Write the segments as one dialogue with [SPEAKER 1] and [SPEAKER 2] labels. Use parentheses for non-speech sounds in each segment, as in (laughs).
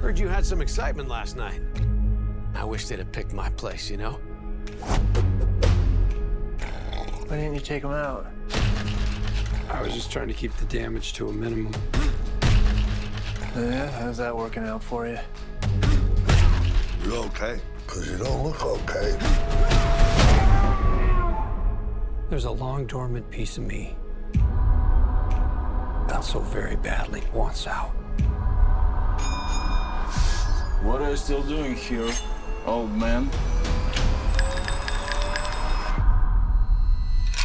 [SPEAKER 1] Heard you had some excitement last night. I wish they'd have picked my place, you know?
[SPEAKER 2] Why didn't you take him out?
[SPEAKER 3] I was just trying to keep the damage to a minimum.
[SPEAKER 2] Yeah, how's that working out for you?
[SPEAKER 4] You okay? Because you don't look okay.
[SPEAKER 3] There's a long dormant piece of me that so very badly wants out.
[SPEAKER 5] What are you still doing here, old man?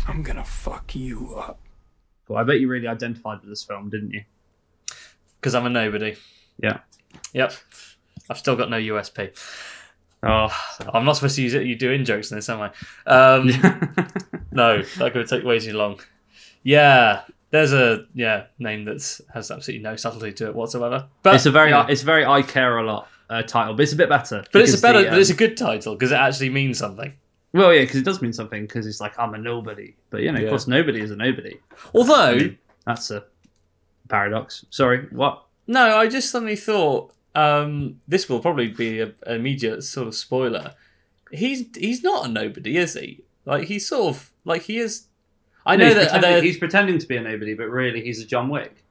[SPEAKER 3] I'm gonna fuck you up.
[SPEAKER 6] Cool. I bet you really identified with this film, didn't you?
[SPEAKER 7] because I'm a nobody.
[SPEAKER 6] Yeah.
[SPEAKER 7] Yep. I've still got no USP. Oh, I'm not supposed to use it. You doing jokes in this, am I? Um,
[SPEAKER 6] (laughs)
[SPEAKER 7] no, that could take way too long. Yeah, there's a yeah name that has absolutely no subtlety to it whatsoever. But
[SPEAKER 6] It's a very
[SPEAKER 7] yeah.
[SPEAKER 6] it's very I care a lot uh, title, but it's a bit better.
[SPEAKER 7] but it's a
[SPEAKER 6] because the,
[SPEAKER 7] better,
[SPEAKER 6] um,
[SPEAKER 7] but it's a good title because it actually means something.
[SPEAKER 6] well, yeah, because it does mean something. Because it's like I'm a nobody, but you know, of course, nobody is a nobody.
[SPEAKER 7] Although,
[SPEAKER 6] That's a paradox. Sorry, what?
[SPEAKER 7] No, I just suddenly thought um, this will probably be a, an immediate sort of spoiler. He's he's not a nobody, is he? Like he's sort of like he is. I know
[SPEAKER 6] he's,
[SPEAKER 7] that
[SPEAKER 6] pretending,
[SPEAKER 7] that-
[SPEAKER 6] he's pretending to be a nobody, but really he's a John Wick.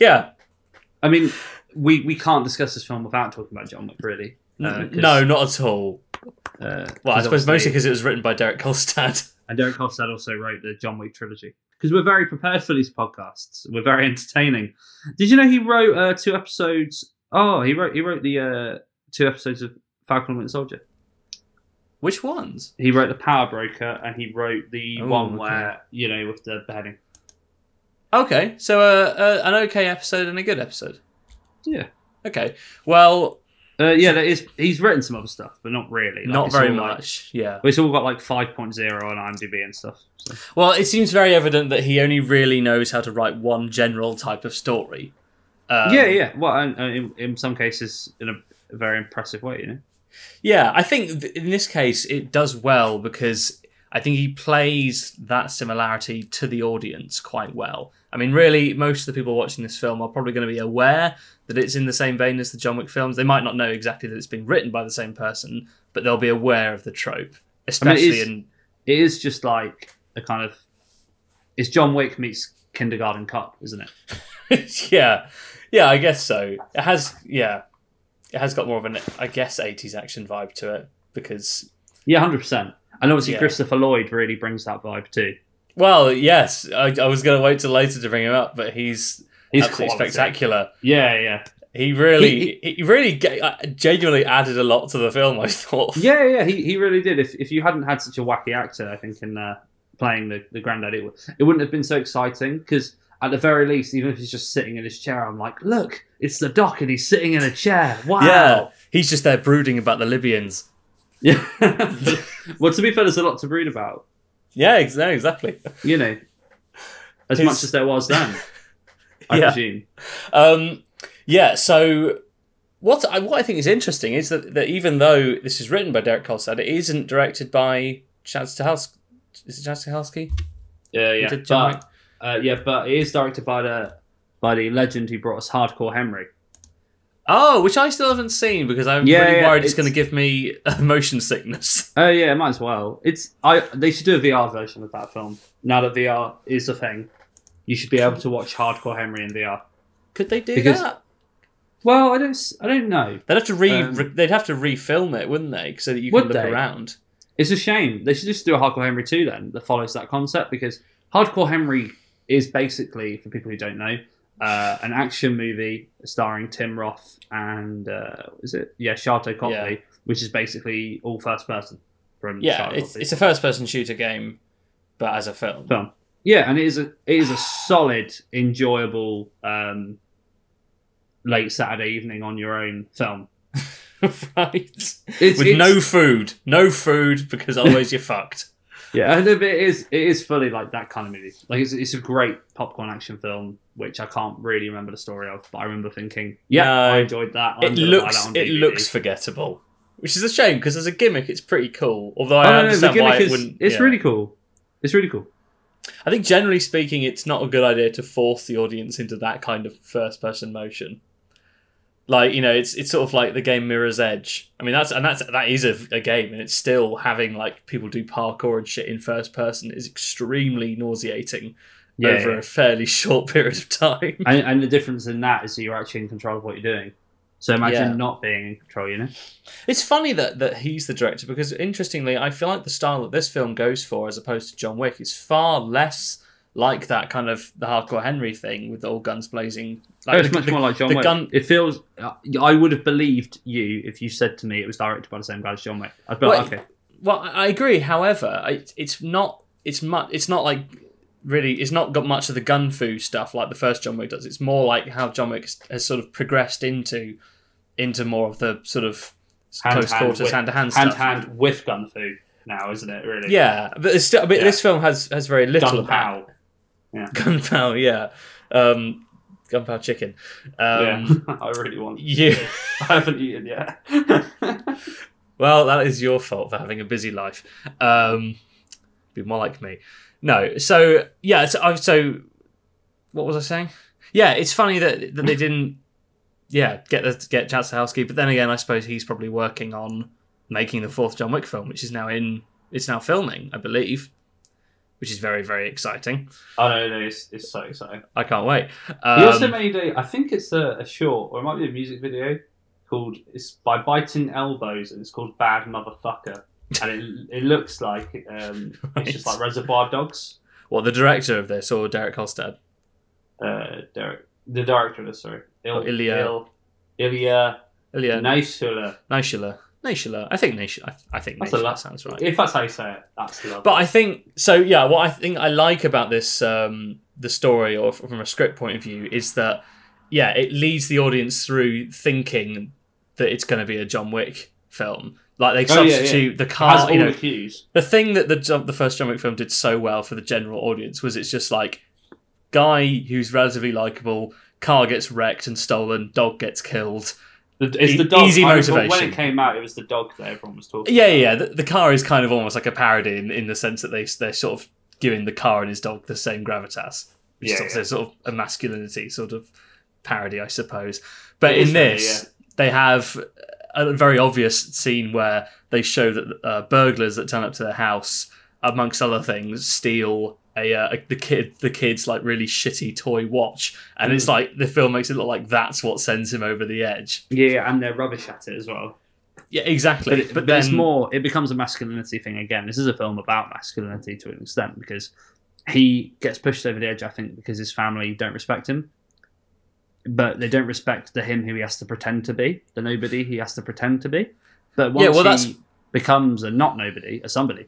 [SPEAKER 7] (laughs) yeah.
[SPEAKER 6] I mean, we we can't discuss this film without talking about John Wick, really. Uh, 'cause,
[SPEAKER 7] no, not at all.
[SPEAKER 6] uh,
[SPEAKER 7] Well, I
[SPEAKER 6] 'cause
[SPEAKER 7] suppose mostly
[SPEAKER 6] obviously-
[SPEAKER 7] because it was written by Derek Kolstad.
[SPEAKER 6] and Derek Hofstad also wrote the John Wick trilogy. Because we're very prepared for these podcasts, we're very entertaining. Did you know he wrote uh, two episodes? Oh, he wrote he wrote the uh, two episodes of Falcon and Winter Soldier.
[SPEAKER 7] Which ones?
[SPEAKER 6] He wrote the Power Broker, and he wrote the
[SPEAKER 7] Oh,
[SPEAKER 6] one
[SPEAKER 7] okay.
[SPEAKER 6] where you know with the beheading.
[SPEAKER 7] Okay, so uh, uh, an okay episode and a good episode.
[SPEAKER 6] Yeah.
[SPEAKER 7] Okay. Well,
[SPEAKER 6] Uh, yeah, that is. He's written some other stuff, but not really. Like,
[SPEAKER 7] not
[SPEAKER 6] it's
[SPEAKER 7] very
[SPEAKER 6] all like-
[SPEAKER 7] much. Yeah.
[SPEAKER 6] but it's all got like 5.0 on IMDb and stuff. So.
[SPEAKER 7] Well, it seems very evident that he only really knows how to write one general type of story. Um,
[SPEAKER 6] yeah, yeah. Well, and, and in, in some cases, in a very impressive way, you know.
[SPEAKER 7] Yeah, I think th- in this case it does well because I think he plays that similarity to the audience quite well. I mean, really, most of the people watching this film are probably going to be aware that it's in the same vein as the John Wick films. They might not know exactly that it's been written by the same person, but they'll be aware of the trope, especially
[SPEAKER 6] is-
[SPEAKER 7] in (laughs)
[SPEAKER 6] It is just like a kind of. It's John Wick meets Kindergarten Cop, isn't it?
[SPEAKER 7] yeah, yeah, I guess so. It has, yeah, it has got more of an, I guess, eighties action vibe to it because
[SPEAKER 6] Yeah, hundred percent. And obviously,
[SPEAKER 7] Yeah.
[SPEAKER 6] Christopher Lloyd really brings that vibe too.
[SPEAKER 7] Well, yes, I, I was going to wait till later to bring him up, but he's
[SPEAKER 6] He's
[SPEAKER 7] absolutely
[SPEAKER 6] quality.
[SPEAKER 7] spectacular.
[SPEAKER 6] Yeah, yeah,
[SPEAKER 7] He really, he, really ge- uh, genuinely added a lot to the film. I thought.
[SPEAKER 6] yeah, yeah. He, he really did. If, if you hadn't had such a wacky actor, I think in uh, playing the the granddad, it, would it wouldn't have been so exciting because. At the very least, even if he's just sitting in his chair, I'm like, look, it's the doc and he's sitting in a chair. Wow.
[SPEAKER 7] Yeah, he's just there brooding about the Libyans.
[SPEAKER 6] Yeah. (laughs) well, to be fair, there's a lot to read about,
[SPEAKER 7] Yeah, ex- no, exactly.
[SPEAKER 6] you know, as
[SPEAKER 7] His-
[SPEAKER 6] much as there was then, I
[SPEAKER 7] Yeah.
[SPEAKER 6] presume.
[SPEAKER 7] Um, yeah. So what I what I think is interesting is that, that even though this is written by Derek Kolstad, it isn't directed by Chad Stahelski. Is it Chad Stahelski?
[SPEAKER 6] Yeah,
[SPEAKER 7] He
[SPEAKER 6] yeah.
[SPEAKER 7] did John
[SPEAKER 6] But, uh, yeah, but it is directed by the by the legend who brought us Hardcore Henry.
[SPEAKER 7] Oh, which I still haven't seen because I'm
[SPEAKER 6] Yeah,
[SPEAKER 7] really
[SPEAKER 6] yeah,
[SPEAKER 7] worried it's
[SPEAKER 6] it's-
[SPEAKER 7] going to give me (laughs) motion sickness.
[SPEAKER 6] Oh yeah, might as well. It's I. They should do a VR version of that film. Now that VR is a thing, you should be able to watch Hardcore Henry in VR.
[SPEAKER 7] Could they do
[SPEAKER 6] Because-
[SPEAKER 7] that?
[SPEAKER 6] Well, I don't. s- I don't know.
[SPEAKER 7] They'd have to re,
[SPEAKER 6] Um,
[SPEAKER 7] re- they'd have to refilm it, wouldn't they? So that you
[SPEAKER 6] Would
[SPEAKER 7] can look
[SPEAKER 6] they?
[SPEAKER 7] around.
[SPEAKER 6] It's a shame. They should just do a Hardcore Henry 2 then that follows that concept because Hardcore Henry is basically, for people who don't know, uh, an action movie starring Tim Roth and, uh, is it? Yeah, Sharto Copley,
[SPEAKER 7] Yeah.
[SPEAKER 6] which is basically all first person from
[SPEAKER 7] Yeah,
[SPEAKER 6] Charlotte
[SPEAKER 7] it's,
[SPEAKER 6] Copley.
[SPEAKER 7] it's a first-person shooter game, but as a film.
[SPEAKER 6] film. Yeah, and it is a it is a solid, enjoyable um, late Saturday evening on your own film.
[SPEAKER 7] (laughs) right?
[SPEAKER 6] It's,
[SPEAKER 7] With
[SPEAKER 6] it's-
[SPEAKER 7] no food, no food because otherwise you're fucked.
[SPEAKER 6] (laughs) Yeah, and it is it is fully like that kind of movie. Like it's it's a great popcorn action film, which I can't really remember the story of, but I remember thinking, yeah,
[SPEAKER 7] No.
[SPEAKER 6] I enjoyed that. I'm
[SPEAKER 7] it
[SPEAKER 6] gonna buy
[SPEAKER 7] looks
[SPEAKER 6] that on
[SPEAKER 7] it
[SPEAKER 6] DVD.
[SPEAKER 7] looks forgettable, which is a shame because as a gimmick it's pretty cool. Although I
[SPEAKER 6] Oh, no, no,
[SPEAKER 7] understand
[SPEAKER 6] the gimmick
[SPEAKER 7] why it
[SPEAKER 6] is-
[SPEAKER 7] wouldn't.
[SPEAKER 6] It's
[SPEAKER 7] yeah.
[SPEAKER 6] really cool. It's really cool.
[SPEAKER 7] I think generally speaking, it's not a good idea to force the audience into that kind of first-person motion. Like you know, it's it's sort of like the game Mirror's Edge. I mean, that's and that's that is a, a game, and it's still having like people do parkour and shit in first person is extremely nauseating
[SPEAKER 6] Yeah,
[SPEAKER 7] over
[SPEAKER 6] yeah.
[SPEAKER 7] a fairly (laughs) short period of time.
[SPEAKER 6] And, and the difference in that is that you're actually in control of what you're doing. So imagine
[SPEAKER 7] Yeah.
[SPEAKER 6] not being in control, you know?
[SPEAKER 7] It's funny that, that he's the director because, interestingly, I feel like the style that this film goes for, as opposed to John Wick, is far less like that kind of the hardcore Henry thing with all guns blazing. Like,
[SPEAKER 6] Oh, it's
[SPEAKER 7] the-
[SPEAKER 6] much
[SPEAKER 7] the-
[SPEAKER 6] more like John
[SPEAKER 7] the
[SPEAKER 6] Wick.
[SPEAKER 7] gun-
[SPEAKER 6] It feels. uh, I would have believed you if you said to me it was directed by the same guy as John Wick. I'd be like,
[SPEAKER 7] Well,
[SPEAKER 6] okay.
[SPEAKER 7] Well, I I agree. However, it, it's not. It's much. It's not like really. It's not got much of the gun foo stuff like the first John Wick does. It's more like how John Wick has- has sort of progressed into into more of the sort of close quarters, hand to hand
[SPEAKER 6] hand
[SPEAKER 7] stuff.
[SPEAKER 6] hand with gun food now, isn't it? Really?
[SPEAKER 7] Yeah, but it's still. But
[SPEAKER 6] Yeah.
[SPEAKER 7] this film has has very little
[SPEAKER 6] Gun
[SPEAKER 7] of that.
[SPEAKER 6] pow.
[SPEAKER 7] Gunpow, (laughs) yeah. Um, Gunpow chicken. Um,
[SPEAKER 6] (laughs) yeah. I really want.
[SPEAKER 7] You.
[SPEAKER 6] I haven't eaten yet. (laughs)
[SPEAKER 7] Well, that is your fault for having a busy life. Um, be more like me. No. So yeah. So, I- so what was I saying? Yeah, it's funny that that they didn't. Yeah, get the, get Jatsahowski, but then again, I suppose he's probably working on making the fourth John Wick film, which is now in. It's now filming, I believe, which is very very exciting.
[SPEAKER 6] oh no, no, it's, it's so exciting.
[SPEAKER 7] I can't wait.
[SPEAKER 6] He also
[SPEAKER 7] Um,
[SPEAKER 6] made a. I think it's a, a short, or it might be a music video called. It's by biting elbows, and it's called Bad Motherfucker. And it, it looks like um, it's just
[SPEAKER 7] Right.
[SPEAKER 6] like Reservoir Dogs.
[SPEAKER 7] what the director of this or Derek Holstad?
[SPEAKER 6] uh, Derek, the director of this, sorry, Il,
[SPEAKER 7] Oh, Ilya.
[SPEAKER 6] Il, Ilya
[SPEAKER 7] Ilya
[SPEAKER 6] Naisula.
[SPEAKER 7] Naishila. Naishila. I think Naishila. I, I think
[SPEAKER 6] That's a
[SPEAKER 7] Naishila
[SPEAKER 6] lot.
[SPEAKER 7] sounds right.
[SPEAKER 6] If that's how you say it, that's the
[SPEAKER 7] but I think so. Yeah. What I think I like about this, um, the story, or f- from a script point of view, is that yeah, it leads the audience through thinking that it's going to be a John Wick film. Like they
[SPEAKER 6] Oh, yeah, yeah.
[SPEAKER 7] substitute the
[SPEAKER 6] It has
[SPEAKER 7] car.
[SPEAKER 6] all
[SPEAKER 7] you know,
[SPEAKER 6] the cues.
[SPEAKER 7] the thing that the John- the first John Wick film did so well for the general audience was it's just like guy who's relatively likable, car gets wrecked and stolen, dog gets killed.
[SPEAKER 6] it's
[SPEAKER 7] e-
[SPEAKER 6] the dog.
[SPEAKER 7] easy
[SPEAKER 6] I remember When
[SPEAKER 7] motivation.
[SPEAKER 6] it came out, it was the dog that everyone was talking.
[SPEAKER 7] Yeah, yeah. yeah. The, the car is kind of almost like a parody in, in the sense that they they're sort of giving the car and his dog the same gravitas, which
[SPEAKER 6] Yeah,
[SPEAKER 7] is obviously
[SPEAKER 6] yeah.
[SPEAKER 7] sort of a masculinity sort of parody, I suppose. But
[SPEAKER 6] It is
[SPEAKER 7] in
[SPEAKER 6] really,
[SPEAKER 7] this, they have a very obvious scene where they show that uh, burglars that turn up to their house, amongst other things, steal. A, uh, a- the kid, the kid's like really shitty toy watch, and
[SPEAKER 6] Mm.
[SPEAKER 7] it's like the film makes it look like that's what sends him over the edge.
[SPEAKER 6] Yeah, yeah, and they're rubbish at it as well.
[SPEAKER 7] Yeah, exactly.
[SPEAKER 6] But, it, but it's more. It becomes a masculinity thing again. This is a film about masculinity to an extent because he gets pushed over the edge. I think because his family don't respect him, but they don't respect the him who he has to pretend to be, the nobody he has to pretend to be. But once
[SPEAKER 7] Yeah, well,
[SPEAKER 6] he
[SPEAKER 7] that's-
[SPEAKER 6] becomes a not nobody, a somebody.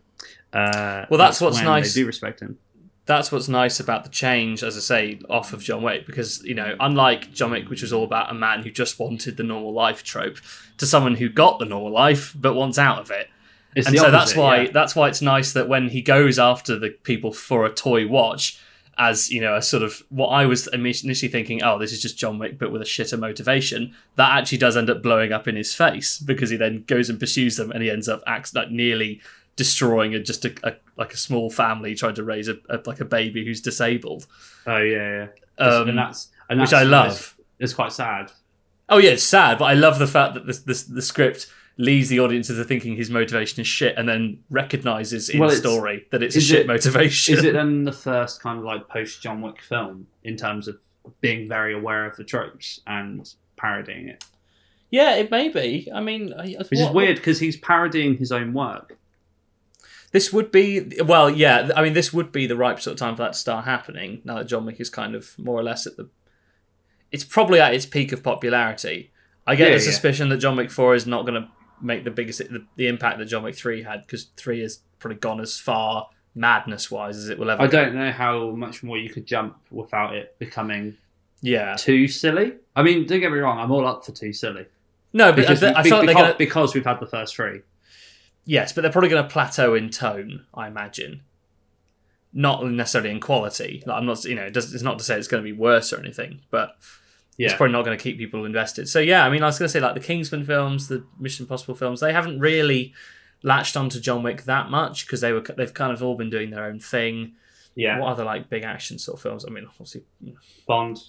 [SPEAKER 6] Uh,
[SPEAKER 7] Well, that's what's
[SPEAKER 6] when
[SPEAKER 7] nice.
[SPEAKER 6] They do respect him.
[SPEAKER 7] that's what's nice about the change, as I say, off of John Wick, because you know, unlike John Wick, which was all about a man who just wanted the normal life trope, to someone who got the normal life but wants out of it,
[SPEAKER 6] It's
[SPEAKER 7] and
[SPEAKER 6] the
[SPEAKER 7] so that's
[SPEAKER 6] opposite,
[SPEAKER 7] why
[SPEAKER 6] yeah.
[SPEAKER 7] that's why it's nice that when he goes after the people for a toy watch, as you know, a sort of what I was initially thinking, oh, this is just John Wick, but with a shitter motivation. That actually does end up blowing up in his face because he then goes and pursues them, and he ends up acts like nearly destroying a, just a, a like a small family trying to raise a, a like a baby who's disabled.
[SPEAKER 6] Oh yeah, yeah.
[SPEAKER 7] Um,
[SPEAKER 6] and that's and
[SPEAKER 7] which
[SPEAKER 6] that's,
[SPEAKER 7] I love.
[SPEAKER 6] It's, it's quite sad.
[SPEAKER 7] Oh yeah, it's sad, but I love the fact that the, the, the script leads the audience into thinking his motivation is shit, and then recognizes in
[SPEAKER 6] Well, it's-
[SPEAKER 7] story that it's a
[SPEAKER 6] is
[SPEAKER 7] shit
[SPEAKER 6] it-
[SPEAKER 7] motivation.
[SPEAKER 6] Is it then the first kind of like post John Wick film in terms of being very aware of the tropes and parodying it?
[SPEAKER 7] Yeah, it may be. I mean, I-
[SPEAKER 6] Which is
[SPEAKER 7] what-
[SPEAKER 6] weird because he's parodying his own work.
[SPEAKER 7] This would be well, yeah. I mean, this would be the ripe sort of time for that to start happening. Now that John Wick is kind of more or less at the, it's probably at its peak of popularity. I get
[SPEAKER 6] Yeah,
[SPEAKER 7] the
[SPEAKER 6] yeah.
[SPEAKER 7] suspicion that John Wick Four is not going to make the biggest the, the impact that John Wick Three had because Three has probably gone as far madness wise as it will ever.
[SPEAKER 6] I
[SPEAKER 7] go.
[SPEAKER 6] don't know how much more you could jump without it becoming
[SPEAKER 7] Yeah.
[SPEAKER 6] too silly. I mean, don't get me wrong, I'm all up for too silly.
[SPEAKER 7] No, but
[SPEAKER 6] Because,
[SPEAKER 7] I, I feel like they're
[SPEAKER 6] because,
[SPEAKER 7] going to
[SPEAKER 6] because we've had the first three.
[SPEAKER 7] Yes, but they're probably going to plateau in tone, I imagine. Not necessarily in quality. Like, I'm not, you know, it does, it's not to say it's going to be worse or anything, but it's
[SPEAKER 6] Yeah.
[SPEAKER 7] probably not going to keep people invested. So yeah, I mean, I was going to say like the Kingsman films, the Mission Impossible films, they haven't really latched onto John Wick that much because they were they've kind of all been doing their own thing.
[SPEAKER 6] Yeah.
[SPEAKER 7] What other like big action sort of films? I mean, obviously
[SPEAKER 6] Bond.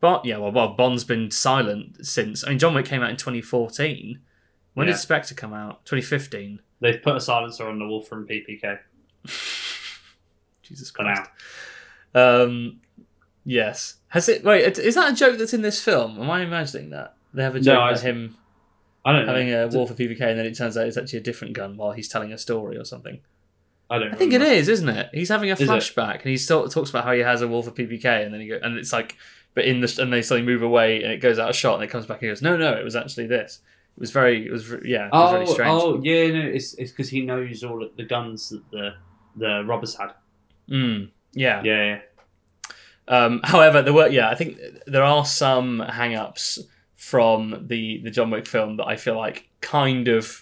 [SPEAKER 7] But yeah, well, well, Bond's been silent since. I mean, John Wick came out in 2014. When
[SPEAKER 6] Yeah.
[SPEAKER 7] did Spectre come out? 2015.
[SPEAKER 6] They've put a silencer on the wolf from PPK
[SPEAKER 7] Jesus
[SPEAKER 6] for
[SPEAKER 7] Christ.
[SPEAKER 6] now.
[SPEAKER 7] Um, yes. Has it? Wait, it- is that a joke that's in this film? Am I imagining that they have a
[SPEAKER 6] No,
[SPEAKER 7] joke
[SPEAKER 6] I-
[SPEAKER 7] about him
[SPEAKER 6] I don't know.
[SPEAKER 7] having a war for PVK, and then it turns out it's actually a different gun while he's telling a story or something?
[SPEAKER 6] I don't.
[SPEAKER 7] I think it is, isn't it? He's having a
[SPEAKER 6] it?
[SPEAKER 7] flashback, and he still talks about how he has a war for PVK, and then he go, and it's like, but in the and they suddenly move away, and it goes out of shot, and it comes back, and he goes, no, no, it was actually this. It was very, it was re- yeah, it was
[SPEAKER 6] Oh,
[SPEAKER 7] really strange.
[SPEAKER 6] oh, yeah, no, it's it's because he knows all the guns that the the robbers had.
[SPEAKER 7] Mm, yeah,
[SPEAKER 6] Yeah, yeah.
[SPEAKER 7] Um, (laughs) however, there were yeah, I think there are some hang-ups from the the John Wick film that I feel like kind of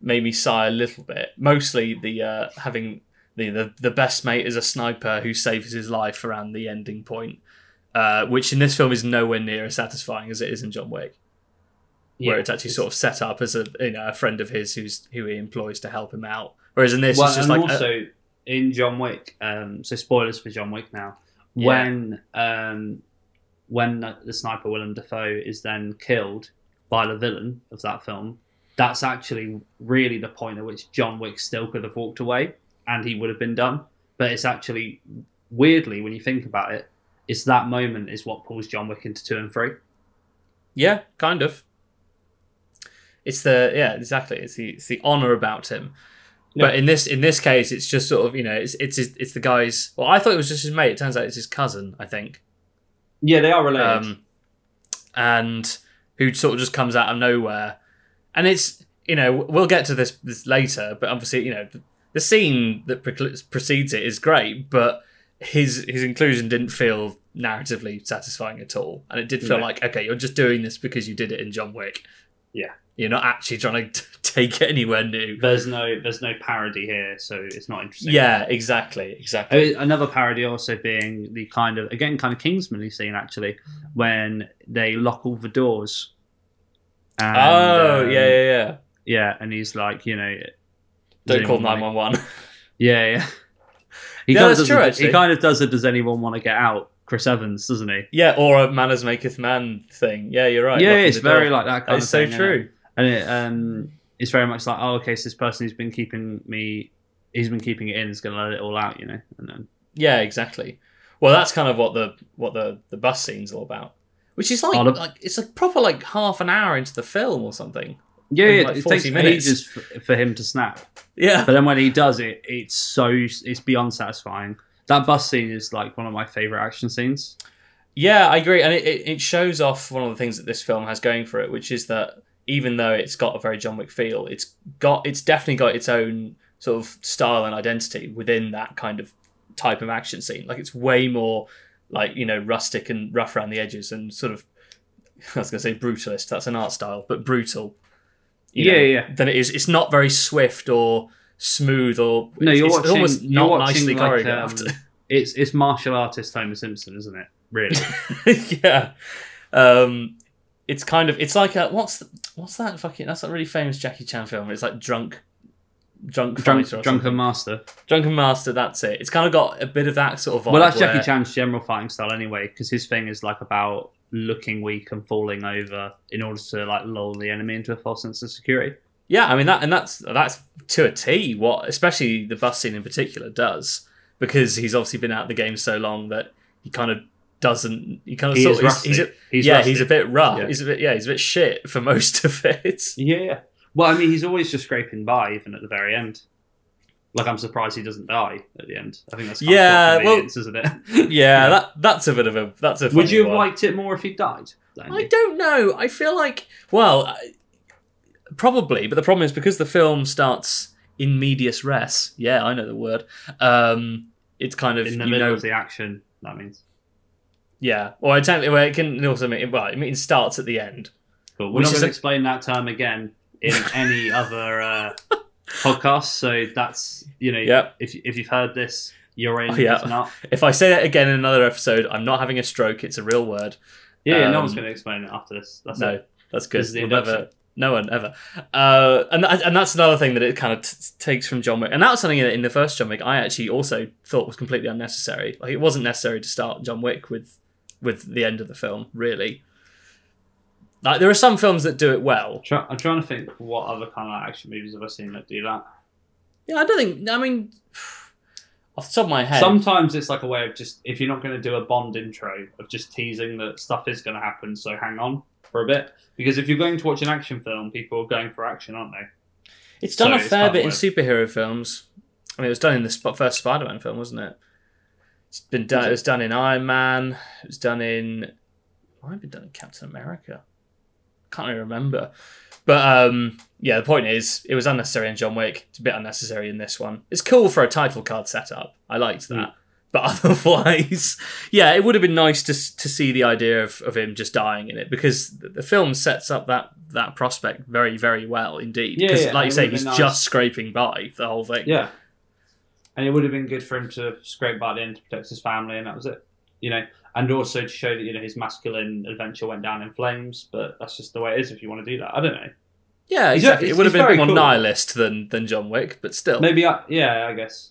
[SPEAKER 7] made me sigh a little bit. Mostly the uh, having the, the the best mate is a sniper who saves his life around the ending point, uh, which in this film is nowhere near as satisfying as it is in John Wick,
[SPEAKER 6] yeah.
[SPEAKER 7] where it's actually sort of set up as a you know a friend of his who's who he employs to help him out. Whereas in this,
[SPEAKER 6] well,
[SPEAKER 7] it's just
[SPEAKER 6] and
[SPEAKER 7] like uh,
[SPEAKER 6] also in John Wick. Um, so spoilers for John Wick now.
[SPEAKER 7] Yeah.
[SPEAKER 6] When um, when the, the sniper Willem Dafoe is then killed by the villain of that film, that's actually really the point at which John Wick still could have walked away and he would have been done. But it's actually weirdly when you think about it, it's that moment is what pulls John Wick into two and three.
[SPEAKER 7] Yeah, kind of. It's the yeah, exactly. It's the it's the honor about him. But in this in this case, it's just sort of you know it's it's his, it's the guy's. Well, I thought it was just his mate. It turns out it's his cousin. I think.
[SPEAKER 6] Yeah, they are related.
[SPEAKER 7] Um, and who sort of just comes out of nowhere, and it's you know we'll get to this this later, but obviously you know the, the scene that precl- precedes it is great, but his his inclusion didn't feel narratively satisfying at all, and it did feel
[SPEAKER 6] No.
[SPEAKER 7] like okay, you're just doing this because you did it in John Wick.
[SPEAKER 6] Yeah.
[SPEAKER 7] you're not actually trying to (laughs) take it anywhere new.
[SPEAKER 6] there's no there's no parody here, so it's not interesting.
[SPEAKER 7] Yeah, exactly,
[SPEAKER 6] Uh,
[SPEAKER 7] exactly.
[SPEAKER 6] Another parody also being the kind of again kind of Kingsmanly scene actually when they lock all the doors. And,
[SPEAKER 7] oh
[SPEAKER 6] um,
[SPEAKER 7] yeah, yeah, yeah.
[SPEAKER 6] yeah, and he's like, you know,
[SPEAKER 7] Don't
[SPEAKER 6] does
[SPEAKER 7] call
[SPEAKER 6] anyone
[SPEAKER 7] nine
[SPEAKER 6] wanna-
[SPEAKER 7] one one.
[SPEAKER 6] (laughs) Yeah, yeah. He
[SPEAKER 7] No,
[SPEAKER 6] kind
[SPEAKER 7] that's
[SPEAKER 6] of does
[SPEAKER 7] true,
[SPEAKER 6] a-
[SPEAKER 7] actually.
[SPEAKER 6] He kind of does a does anyone want to get out? Chris Evans, doesn't he?
[SPEAKER 7] Yeah, or a manners maketh man thing. Yeah, you're right.
[SPEAKER 6] yeah,
[SPEAKER 7] locking
[SPEAKER 6] it's
[SPEAKER 7] the door.
[SPEAKER 6] very like that kind
[SPEAKER 7] It's
[SPEAKER 6] of
[SPEAKER 7] so
[SPEAKER 6] thing, isn't it?
[SPEAKER 7] true.
[SPEAKER 6] and it, um, it's very much like, oh, okay, so this person who's been keeping me, he's been keeping it in, is going to let it all out, you know, and then
[SPEAKER 7] Yeah, exactly. Well, that's kind of what the what the the bus scene's all about, which is like
[SPEAKER 6] Oh, the-
[SPEAKER 7] like it's a proper like half an hour into the film or something.
[SPEAKER 6] yeah,
[SPEAKER 7] In,
[SPEAKER 6] yeah,
[SPEAKER 7] like,
[SPEAKER 6] it
[SPEAKER 7] 40
[SPEAKER 6] takes
[SPEAKER 7] minutes.
[SPEAKER 6] ages for, for him to snap.
[SPEAKER 7] Yeah,
[SPEAKER 6] But then when he does it, it's so it's beyond satisfying. That bus scene is like one of my favorite action scenes.
[SPEAKER 7] yeah, I agree, and it, it it shows off one of the things that this film has going for it, which is that even though it's got a very John Wick feel, it's got it's definitely got its own sort of style and identity within that kind of type of action scene. Like it's way more like you know rustic and rough around the edges and sort of (laughs) I was going to say brutalist. That's an art style, but brutal.
[SPEAKER 6] Yeah, yeah.
[SPEAKER 7] Than it is. It's not very swift or smooth or
[SPEAKER 6] No,
[SPEAKER 7] it's,
[SPEAKER 6] you're
[SPEAKER 7] it's
[SPEAKER 6] watching.
[SPEAKER 7] almost
[SPEAKER 6] you're
[SPEAKER 7] not
[SPEAKER 6] watching
[SPEAKER 7] nicely
[SPEAKER 6] like,
[SPEAKER 7] (laughs) choreographed.
[SPEAKER 6] um, it's it's martial artist Homer Simpson, isn't it?
[SPEAKER 7] (laughs)
[SPEAKER 6] Really?
[SPEAKER 7] yeah. Um, it's kind of it's like a, what's the, what's that fucking that's that really famous Jackie Chan film. where It's like drunk, drunk,
[SPEAKER 6] Drunk,
[SPEAKER 7] fighter or
[SPEAKER 6] drunken
[SPEAKER 7] something.
[SPEAKER 6] master.
[SPEAKER 7] drunken master. That's it. It's kind of got a bit of that sort of vibe.
[SPEAKER 6] Well, that's
[SPEAKER 7] where-
[SPEAKER 6] Jackie Chan's general fighting style anyway, because his thing is like about looking weak and falling over in order to like lull the enemy into a false sense of security.
[SPEAKER 7] Yeah, I mean that, and that's that's to a T. What, especially the bus scene in particular, does because he's obviously been out of the game so long that he kind of doesn't. He kind of
[SPEAKER 6] He
[SPEAKER 7] sort
[SPEAKER 6] is
[SPEAKER 7] of, he's, he's a,
[SPEAKER 6] rusty. He's
[SPEAKER 7] yeah,
[SPEAKER 6] rusty.
[SPEAKER 7] he's a bit rough.
[SPEAKER 6] Yeah.
[SPEAKER 7] He's a bit yeah, he's a bit shit for (laughs) most of it.
[SPEAKER 6] Yeah. Well, I mean, he's always just scraping by, even at the very end. Like, I'm surprised he doesn't die at the end. I think that's kind
[SPEAKER 7] Yeah,
[SPEAKER 6] of
[SPEAKER 7] well-
[SPEAKER 6] convenience, isn't it? (laughs)
[SPEAKER 7] yeah, that that's a bit of a that's a.
[SPEAKER 6] Would
[SPEAKER 7] funny
[SPEAKER 6] you have
[SPEAKER 7] one.
[SPEAKER 6] liked it more if he died?
[SPEAKER 7] I don't know. I feel like well, I, probably, but the problem is because the film starts in medias res. Yeah, I know the word. Um, it's kind of
[SPEAKER 6] In the
[SPEAKER 7] you
[SPEAKER 6] middle
[SPEAKER 7] know
[SPEAKER 6] of the action, that means.
[SPEAKER 7] yeah, or it technically well, it can also mean well, it means starts at the end.
[SPEAKER 6] But we're
[SPEAKER 7] Which is
[SPEAKER 6] not going to
[SPEAKER 7] a-
[SPEAKER 6] explain that term again
[SPEAKER 7] (laughs)
[SPEAKER 6] in any other uh, podcast. So that's you know,
[SPEAKER 7] Yep.
[SPEAKER 6] if if you've heard this, you're in.
[SPEAKER 7] Oh, yeah.
[SPEAKER 6] If not,
[SPEAKER 7] If I say that again in another episode, I'm not having a stroke. It's a real word.
[SPEAKER 6] yeah, no
[SPEAKER 7] Um,
[SPEAKER 6] one's going to explain it after this. That's
[SPEAKER 7] no,
[SPEAKER 6] it.
[SPEAKER 7] that's good.
[SPEAKER 6] This is the
[SPEAKER 7] We'll
[SPEAKER 6] induction.
[SPEAKER 7] never- no one ever. Uh, and tha- and that's another thing that it kind of t- takes from John Wick. And that was something that in the first John Wick I actually also thought was completely unnecessary. Like it wasn't necessary to start John Wick with with the end of the film, really. Like there are some films that do it well.
[SPEAKER 6] Try, I'm trying to think what other kind of action movies have I seen that do that.
[SPEAKER 7] Yeah, I don't think. I mean, (sighs) off the top of my head,
[SPEAKER 6] Sometimes it's like a way of just if you're not going to do a Bond intro of just teasing that stuff is going to happen, so hang on for a bit. Because if you're going to watch an action film, people are going for action, aren't they?
[SPEAKER 7] it's done
[SPEAKER 6] Sorry,
[SPEAKER 7] a
[SPEAKER 6] it's
[SPEAKER 7] fair
[SPEAKER 6] not
[SPEAKER 7] bit in
[SPEAKER 6] worth-
[SPEAKER 7] superhero films. I mean, it was done in the sp- first Spider-Man film, wasn't it? It's been done. It was done in Iron Man. It was done in. Might have been done in Captain America. Can't really remember. But um, yeah, the point is, it was unnecessary in John Wick. It's a bit unnecessary in this one. It's cool for a title card setup. I
[SPEAKER 6] Hmm.
[SPEAKER 7] liked that. But (laughs) otherwise, yeah, it would have been nice to s- to see the idea of, of him just dying in it because the the film sets up that that prospect very very well indeed.
[SPEAKER 6] Yeah,
[SPEAKER 7] Because
[SPEAKER 6] yeah,
[SPEAKER 7] like you
[SPEAKER 6] it would
[SPEAKER 7] say,
[SPEAKER 6] have been
[SPEAKER 7] he's
[SPEAKER 6] nice.
[SPEAKER 7] just scraping by the whole thing.
[SPEAKER 6] Yeah. And it would have been good for him to scrape by the end to protect his family, and that was it. You know, and also to show that you know his masculine adventure went down in flames. But that's just the way it is if you want to do that. I don't know.
[SPEAKER 7] yeah,
[SPEAKER 6] He's-
[SPEAKER 7] exactly.
[SPEAKER 6] he's-
[SPEAKER 7] It would have
[SPEAKER 6] he's
[SPEAKER 7] been a bit
[SPEAKER 6] very
[SPEAKER 7] more
[SPEAKER 6] cool.
[SPEAKER 7] nihilist than than John Wick, but still.
[SPEAKER 6] Maybe, I, yeah, I guess.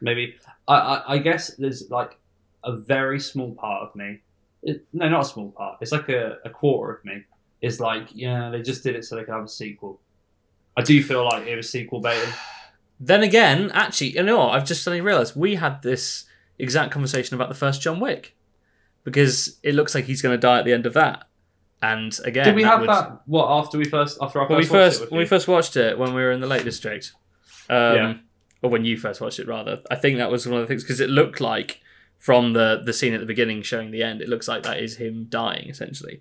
[SPEAKER 6] Maybe I, I, I guess there's like a very small part of me. It, no, not a small part. It's like a, a quarter of me is like, yeah, they just did it so they could have a sequel. I do feel like it was
[SPEAKER 7] (laughs)
[SPEAKER 6] sequel baiting.
[SPEAKER 7] Then again, actually, you know what? I've just suddenly realised we had this exact conversation about the first John Wick because it looks like he's going to die at the end of that. And again,
[SPEAKER 6] did we have
[SPEAKER 7] would-
[SPEAKER 6] that? What after we first after our
[SPEAKER 7] When we
[SPEAKER 6] first
[SPEAKER 7] first
[SPEAKER 6] watched it,
[SPEAKER 7] when we
[SPEAKER 6] with
[SPEAKER 7] first watched it when we were in the Lake District, um,
[SPEAKER 6] Yeah.
[SPEAKER 7] or when you first watched it rather, I think that was one of the things because it looked like from the the scene at the beginning showing the end, it looks like that is him dying essentially.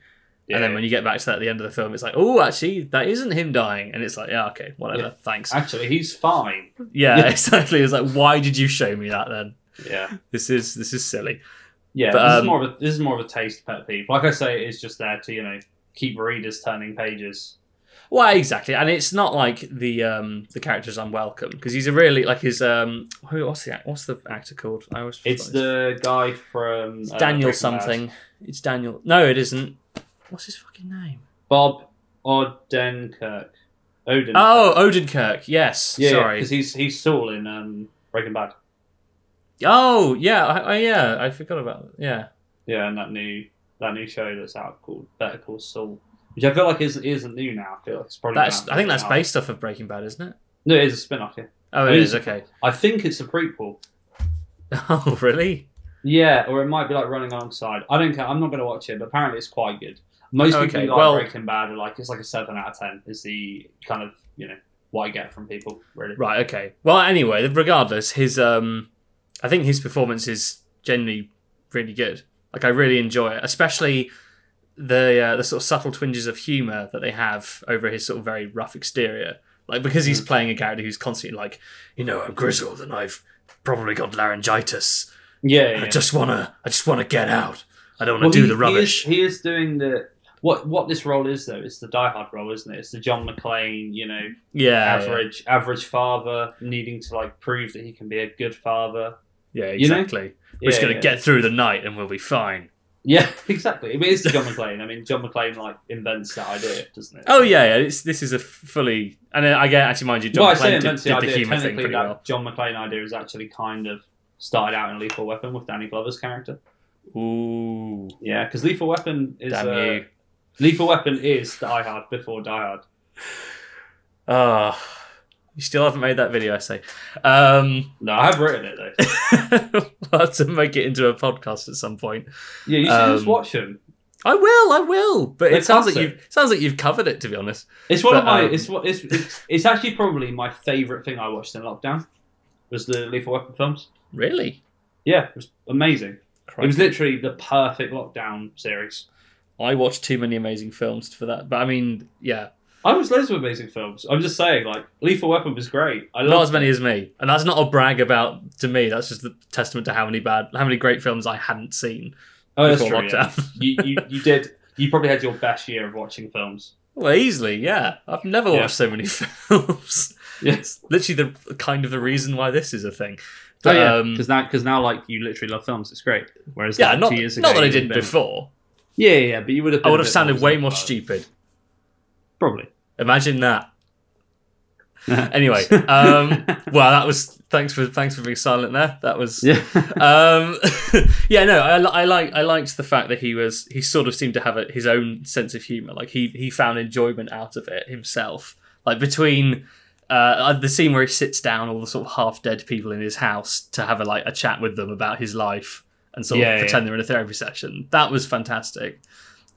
[SPEAKER 6] you?
[SPEAKER 7] and then
[SPEAKER 6] Yeah.
[SPEAKER 7] when you get back to that at the end of the film, it's like, oh, actually, that isn't him dying, and it's like, yeah, okay, whatever,
[SPEAKER 6] Yeah.
[SPEAKER 7] thanks.
[SPEAKER 6] actually he's fine.
[SPEAKER 7] Yeah, (laughs) exactly. It's like, why did you show me that then?
[SPEAKER 6] Yeah.
[SPEAKER 7] This is this is silly.
[SPEAKER 6] Yeah,
[SPEAKER 7] But,
[SPEAKER 6] this
[SPEAKER 7] um,
[SPEAKER 6] is more of a this is more of a taste pet peeve. Like I say, it's just there to you know keep readers turning pages.
[SPEAKER 7] Well, exactly, and it's not like the um the character's unwelcome because he's a really like his um who what's the act- what's the actor called? I always
[SPEAKER 6] It's
[SPEAKER 7] forget his-
[SPEAKER 6] the guy from
[SPEAKER 7] it's
[SPEAKER 6] uh,
[SPEAKER 7] Daniel
[SPEAKER 6] Breaking Bad.
[SPEAKER 7] something. It's Daniel. No, it isn't. What's his fucking name?
[SPEAKER 6] Bob Odenkirk. Oden.
[SPEAKER 7] Oh, Odenkirk. Yes.
[SPEAKER 6] yeah,
[SPEAKER 7] Sorry.
[SPEAKER 6] because he's he's Saul in um, Breaking Bad.
[SPEAKER 7] Oh, yeah. I, I, yeah. I forgot about. Yeah.
[SPEAKER 6] Yeah, and that new that new show that's out called Better Call Saul, which I feel like isn't isn't new now. I feel like it's probably been
[SPEAKER 7] That's.
[SPEAKER 6] out
[SPEAKER 7] I think
[SPEAKER 6] for
[SPEAKER 7] that's
[SPEAKER 6] a while.
[SPEAKER 7] based off of Breaking Bad, isn't it?
[SPEAKER 6] No, it is a spin-off. Yeah,
[SPEAKER 7] Oh,
[SPEAKER 6] It
[SPEAKER 7] it
[SPEAKER 6] is.
[SPEAKER 7] is. Okay. (laughs)
[SPEAKER 6] I think it's a prequel.
[SPEAKER 7] Oh, really?
[SPEAKER 6] Yeah, or it might be like running alongside. I don't care. I'm not going to watch it, but apparently it's quite good. Most people
[SPEAKER 7] Okay,
[SPEAKER 6] who like
[SPEAKER 7] well-
[SPEAKER 6] Breaking Bad are like it's like a seven out of ten. Is the kind of you know what I get from people really.
[SPEAKER 7] Right. Okay. Well, anyway, regardless, his um, I think his performance is generally really good. Like I really enjoy it, especially the uh, the sort of subtle twinges of humor that they have over his sort of very rough exterior. Like because
[SPEAKER 6] Mm.
[SPEAKER 7] he's playing a character who's constantly like, you know, I'm grizzled and I've probably got laryngitis.
[SPEAKER 6] Yeah,
[SPEAKER 7] and
[SPEAKER 6] yeah.
[SPEAKER 7] (laughs) I just wanna, I just wanna get out. I don't wanna
[SPEAKER 6] Well,
[SPEAKER 7] do
[SPEAKER 6] he-
[SPEAKER 7] the rubbish.
[SPEAKER 6] He is, he is doing the what what this role is though. It's the Die Hard role, isn't it? It's the John McClane, you know,
[SPEAKER 7] yeah,
[SPEAKER 6] average average father needing to like prove that he can be a good father.
[SPEAKER 7] yeah, yeah,
[SPEAKER 6] you know?
[SPEAKER 7] exactly. We're just
[SPEAKER 6] Yeah,
[SPEAKER 7] gonna
[SPEAKER 6] yeah.
[SPEAKER 7] get through the night and we'll be fine.
[SPEAKER 6] Yeah, (laughs) exactly. But it's the John McClane. I mean, John McClane like invents that idea, doesn't it?
[SPEAKER 7] Oh yeah, yeah. It's, this is a f- fully, and uh, I get actually mind you, John
[SPEAKER 6] well, I
[SPEAKER 7] McClane
[SPEAKER 6] say
[SPEAKER 7] did,
[SPEAKER 6] invents the
[SPEAKER 7] did the
[SPEAKER 6] idea.
[SPEAKER 7] humour thing
[SPEAKER 6] Technically,
[SPEAKER 7] pretty
[SPEAKER 6] that
[SPEAKER 7] well.
[SPEAKER 6] John McClane idea is actually kind of started out in Lethal Weapon with Danny Glover's character.
[SPEAKER 7] Ooh,
[SPEAKER 6] Yeah, because Lethal Weapon is
[SPEAKER 7] damn
[SPEAKER 6] uh,
[SPEAKER 7] you!
[SPEAKER 6] Lethal Weapon is Die Hard before Die Hard. uh,
[SPEAKER 7] Ah, you still haven't made that video essay. Um, (laughs)
[SPEAKER 6] No, I have written it though. (laughs)
[SPEAKER 7] we'll have to make it into a podcast at some point.
[SPEAKER 6] Yeah, you should just
[SPEAKER 7] Um,
[SPEAKER 6] watch them.
[SPEAKER 7] I will, I will. But
[SPEAKER 6] They're
[SPEAKER 7] it sounds like
[SPEAKER 6] classic.
[SPEAKER 7] you sounds like you've covered it. To be honest,
[SPEAKER 6] It's one
[SPEAKER 7] But,
[SPEAKER 6] of my.
[SPEAKER 7] um,
[SPEAKER 6] it's what. It's, it's it's actually probably my favorite thing I watched in lockdown. Was the Lethal Weapon films?
[SPEAKER 7] really.
[SPEAKER 6] Yeah, it was amazing. It was
[SPEAKER 7] Crikey.
[SPEAKER 6] literally the perfect lockdown series.
[SPEAKER 7] I watched too many amazing films for that, but I mean, yeah,
[SPEAKER 6] I watched loads of amazing films. I'm just saying, like Lethal Weapon was great. I
[SPEAKER 7] not
[SPEAKER 6] love
[SPEAKER 7] as many as me, and that's not a brag about to me. That's just a testament to how many bad, how many great films I hadn't seen
[SPEAKER 6] oh, that's
[SPEAKER 7] before
[SPEAKER 6] true, yeah.
[SPEAKER 7] (laughs) lockdown.
[SPEAKER 6] you, you you did. You probably had your best year of watching films.
[SPEAKER 7] Well, easily, yeah. I've never
[SPEAKER 6] Yeah.
[SPEAKER 7] watched so many (laughs) films.
[SPEAKER 6] Yes.
[SPEAKER 7] Literally, the kind of the reason why this is a thing.
[SPEAKER 6] Oh
[SPEAKER 7] But,
[SPEAKER 6] yeah,
[SPEAKER 7] um,
[SPEAKER 6] because now because now like you literally love films. It's great. Whereas
[SPEAKER 7] yeah,
[SPEAKER 6] like,
[SPEAKER 7] not,
[SPEAKER 6] two years ago,
[SPEAKER 7] not that I
[SPEAKER 6] you
[SPEAKER 7] didn't
[SPEAKER 6] would've been-
[SPEAKER 7] before.
[SPEAKER 6] Yeah, yeah, yeah, but you would have.
[SPEAKER 7] I
[SPEAKER 6] been
[SPEAKER 7] would
[SPEAKER 6] a
[SPEAKER 7] have
[SPEAKER 6] bit
[SPEAKER 7] sounded way more
[SPEAKER 6] about it.
[SPEAKER 7] stupid.
[SPEAKER 6] Probably. (laughs)
[SPEAKER 7] Imagine that. anyway, um, well, that was Thanks for thanks for being silent there. That was
[SPEAKER 6] Yeah.
[SPEAKER 7] um, (laughs) yeah, no, I, li- I like I liked the fact that he was he sort of seemed to have a, his own sense of humor. Like he he found enjoyment out of it himself. Like between uh, the scene where he sits down all the sort of half dead people in his house to have a like a chat with them about his life and sort
[SPEAKER 6] Yeah,
[SPEAKER 7] of
[SPEAKER 6] yeah.
[SPEAKER 7] pretend they're in a therapy session. That was fantastic.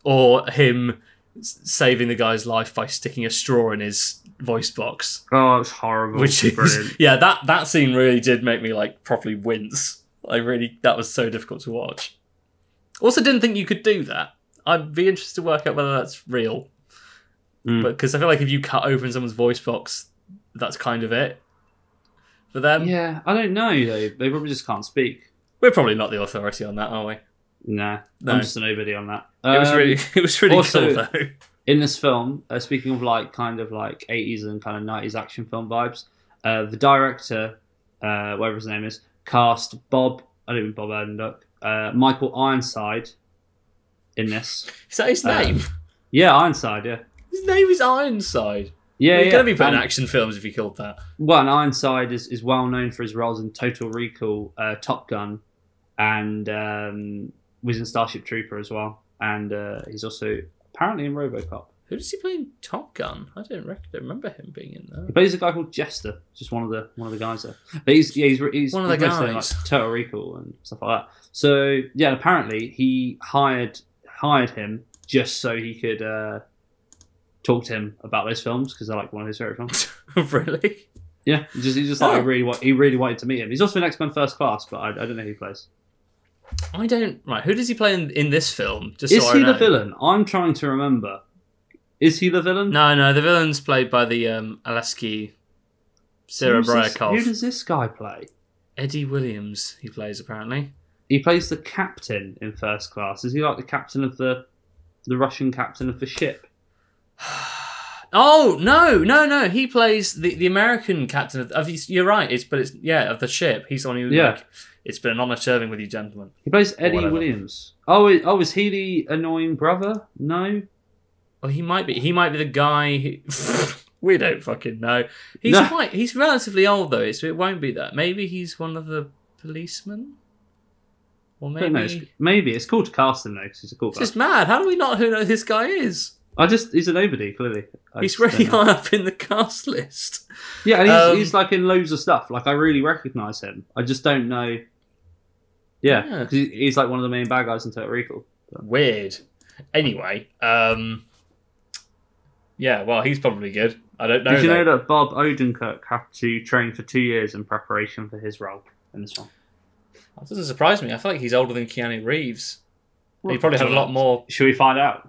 [SPEAKER 7] Or him s- saving the guy's life by sticking a straw in his voice box
[SPEAKER 6] (laughs) Oh, it's horrible.
[SPEAKER 7] which is
[SPEAKER 6] brilliant.
[SPEAKER 7] yeah that that scene really did make me like properly wince i really that was so difficult to watch also didn't think you could do that i'd be interested to work out whether that's real
[SPEAKER 6] Mm.
[SPEAKER 7] but because i feel like if you cut open someone's voice box that's kind of it for them
[SPEAKER 6] Yeah, I don't know though. They probably just can't speak.
[SPEAKER 7] we're probably not the authority on that are we
[SPEAKER 6] Nah,
[SPEAKER 7] No.
[SPEAKER 6] I'm just a nobody on that.
[SPEAKER 7] it was really (laughs) it was really
[SPEAKER 6] also-
[SPEAKER 7] cool though
[SPEAKER 6] in this film, uh, speaking of like kind of like 80s and kind of 90s action film vibes, uh, the director, uh, whatever his name is, cast Bob, I don't mean Bob Odenkirk, uh, Michael Ironside in this.
[SPEAKER 7] is that his
[SPEAKER 6] Uh,
[SPEAKER 7] name
[SPEAKER 6] Yeah, Ironside, yeah.
[SPEAKER 7] his name is ironside
[SPEAKER 6] Yeah,
[SPEAKER 7] you're
[SPEAKER 6] yeah. um,
[SPEAKER 7] gonna be putting
[SPEAKER 6] And-
[SPEAKER 7] action films if you called that
[SPEAKER 6] Well, and Ironside is, is well known for his roles in Total Recall, uh, Top Gun, and um, was in Starship Trooper as well. And uh, he's also apparently in Robocop.
[SPEAKER 7] who does he play in top gun i don't, rec- don't remember him being in that
[SPEAKER 6] He plays a guy called Jester, just one of the one of the guys there. But he's yeah, he's, he's
[SPEAKER 7] One of the
[SPEAKER 6] he's mostly in,
[SPEAKER 7] guys.
[SPEAKER 6] like Total Recall and stuff like that. So yeah, apparently he hired hired him just so he could uh, talk to him about those films because they're like one of his favorite films.
[SPEAKER 7] (laughs) really
[SPEAKER 6] yeah, he just he just
[SPEAKER 7] Oh.
[SPEAKER 6] like really wa- he really wanted to meet him. He's also in X Men First Class, but I, I don't know who he plays.
[SPEAKER 7] I don't. Right, who does he play in, in this film? Just
[SPEAKER 6] Is
[SPEAKER 7] so I
[SPEAKER 6] he the
[SPEAKER 7] know.
[SPEAKER 6] villain? I'm trying to remember. Is he the villain?
[SPEAKER 7] No, no, the villain's played by the um, Alaski Sarah
[SPEAKER 6] Who's this-
[SPEAKER 7] Bryakov.
[SPEAKER 6] Who does this guy play?
[SPEAKER 7] Eddie Williams, he plays apparently.
[SPEAKER 6] He plays the captain in first class. Is he like the captain of the the Russian captain of the ship?
[SPEAKER 7] Oh no, no, no! He plays the, the American captain of. of his- you're right. It's but it's yeah of the ship. He's the one who
[SPEAKER 6] Yeah.
[SPEAKER 7] like. It's been an honour serving with you, gentlemen.
[SPEAKER 6] He plays Eddie
[SPEAKER 7] whatever.
[SPEAKER 6] Williams. Oh, i- oh, is he the annoying brother? No,
[SPEAKER 7] Well, he might be. He might be the guy. Who, (laughs) we don't fucking know. He's
[SPEAKER 6] No.
[SPEAKER 7] quite. He's relatively old though, so it won't be that. Maybe he's one of the policemen. Or
[SPEAKER 6] maybe. It's,
[SPEAKER 7] maybe
[SPEAKER 6] maybe it's cool to cast him though because he's a cool guy.
[SPEAKER 7] It's just mad. How do we not know who this guy is?
[SPEAKER 6] I just he's a nobody clearly. I
[SPEAKER 7] He's
[SPEAKER 6] just don't
[SPEAKER 7] really
[SPEAKER 6] know.
[SPEAKER 7] high up in the cast list.
[SPEAKER 6] Yeah, and he's,
[SPEAKER 7] Um,
[SPEAKER 6] he's like in loads of stuff. Like I really recognise him. I just don't know. Yeah,
[SPEAKER 7] Yeah.
[SPEAKER 6] 'cause he- he's like one of the main bad guys in Total Recall.
[SPEAKER 7] Weird. Anyway, um, yeah. Well, he's probably good. I don't know.
[SPEAKER 6] Did you
[SPEAKER 7] though.
[SPEAKER 6] know that Bob Odenkirk had to train for two years in preparation for his role in this one?
[SPEAKER 7] That doesn't surprise me. I feel like he's older than Keanu Reeves. he
[SPEAKER 6] Well,
[SPEAKER 7] probably had a
[SPEAKER 6] sure.
[SPEAKER 7] lot more.
[SPEAKER 6] Should we find out?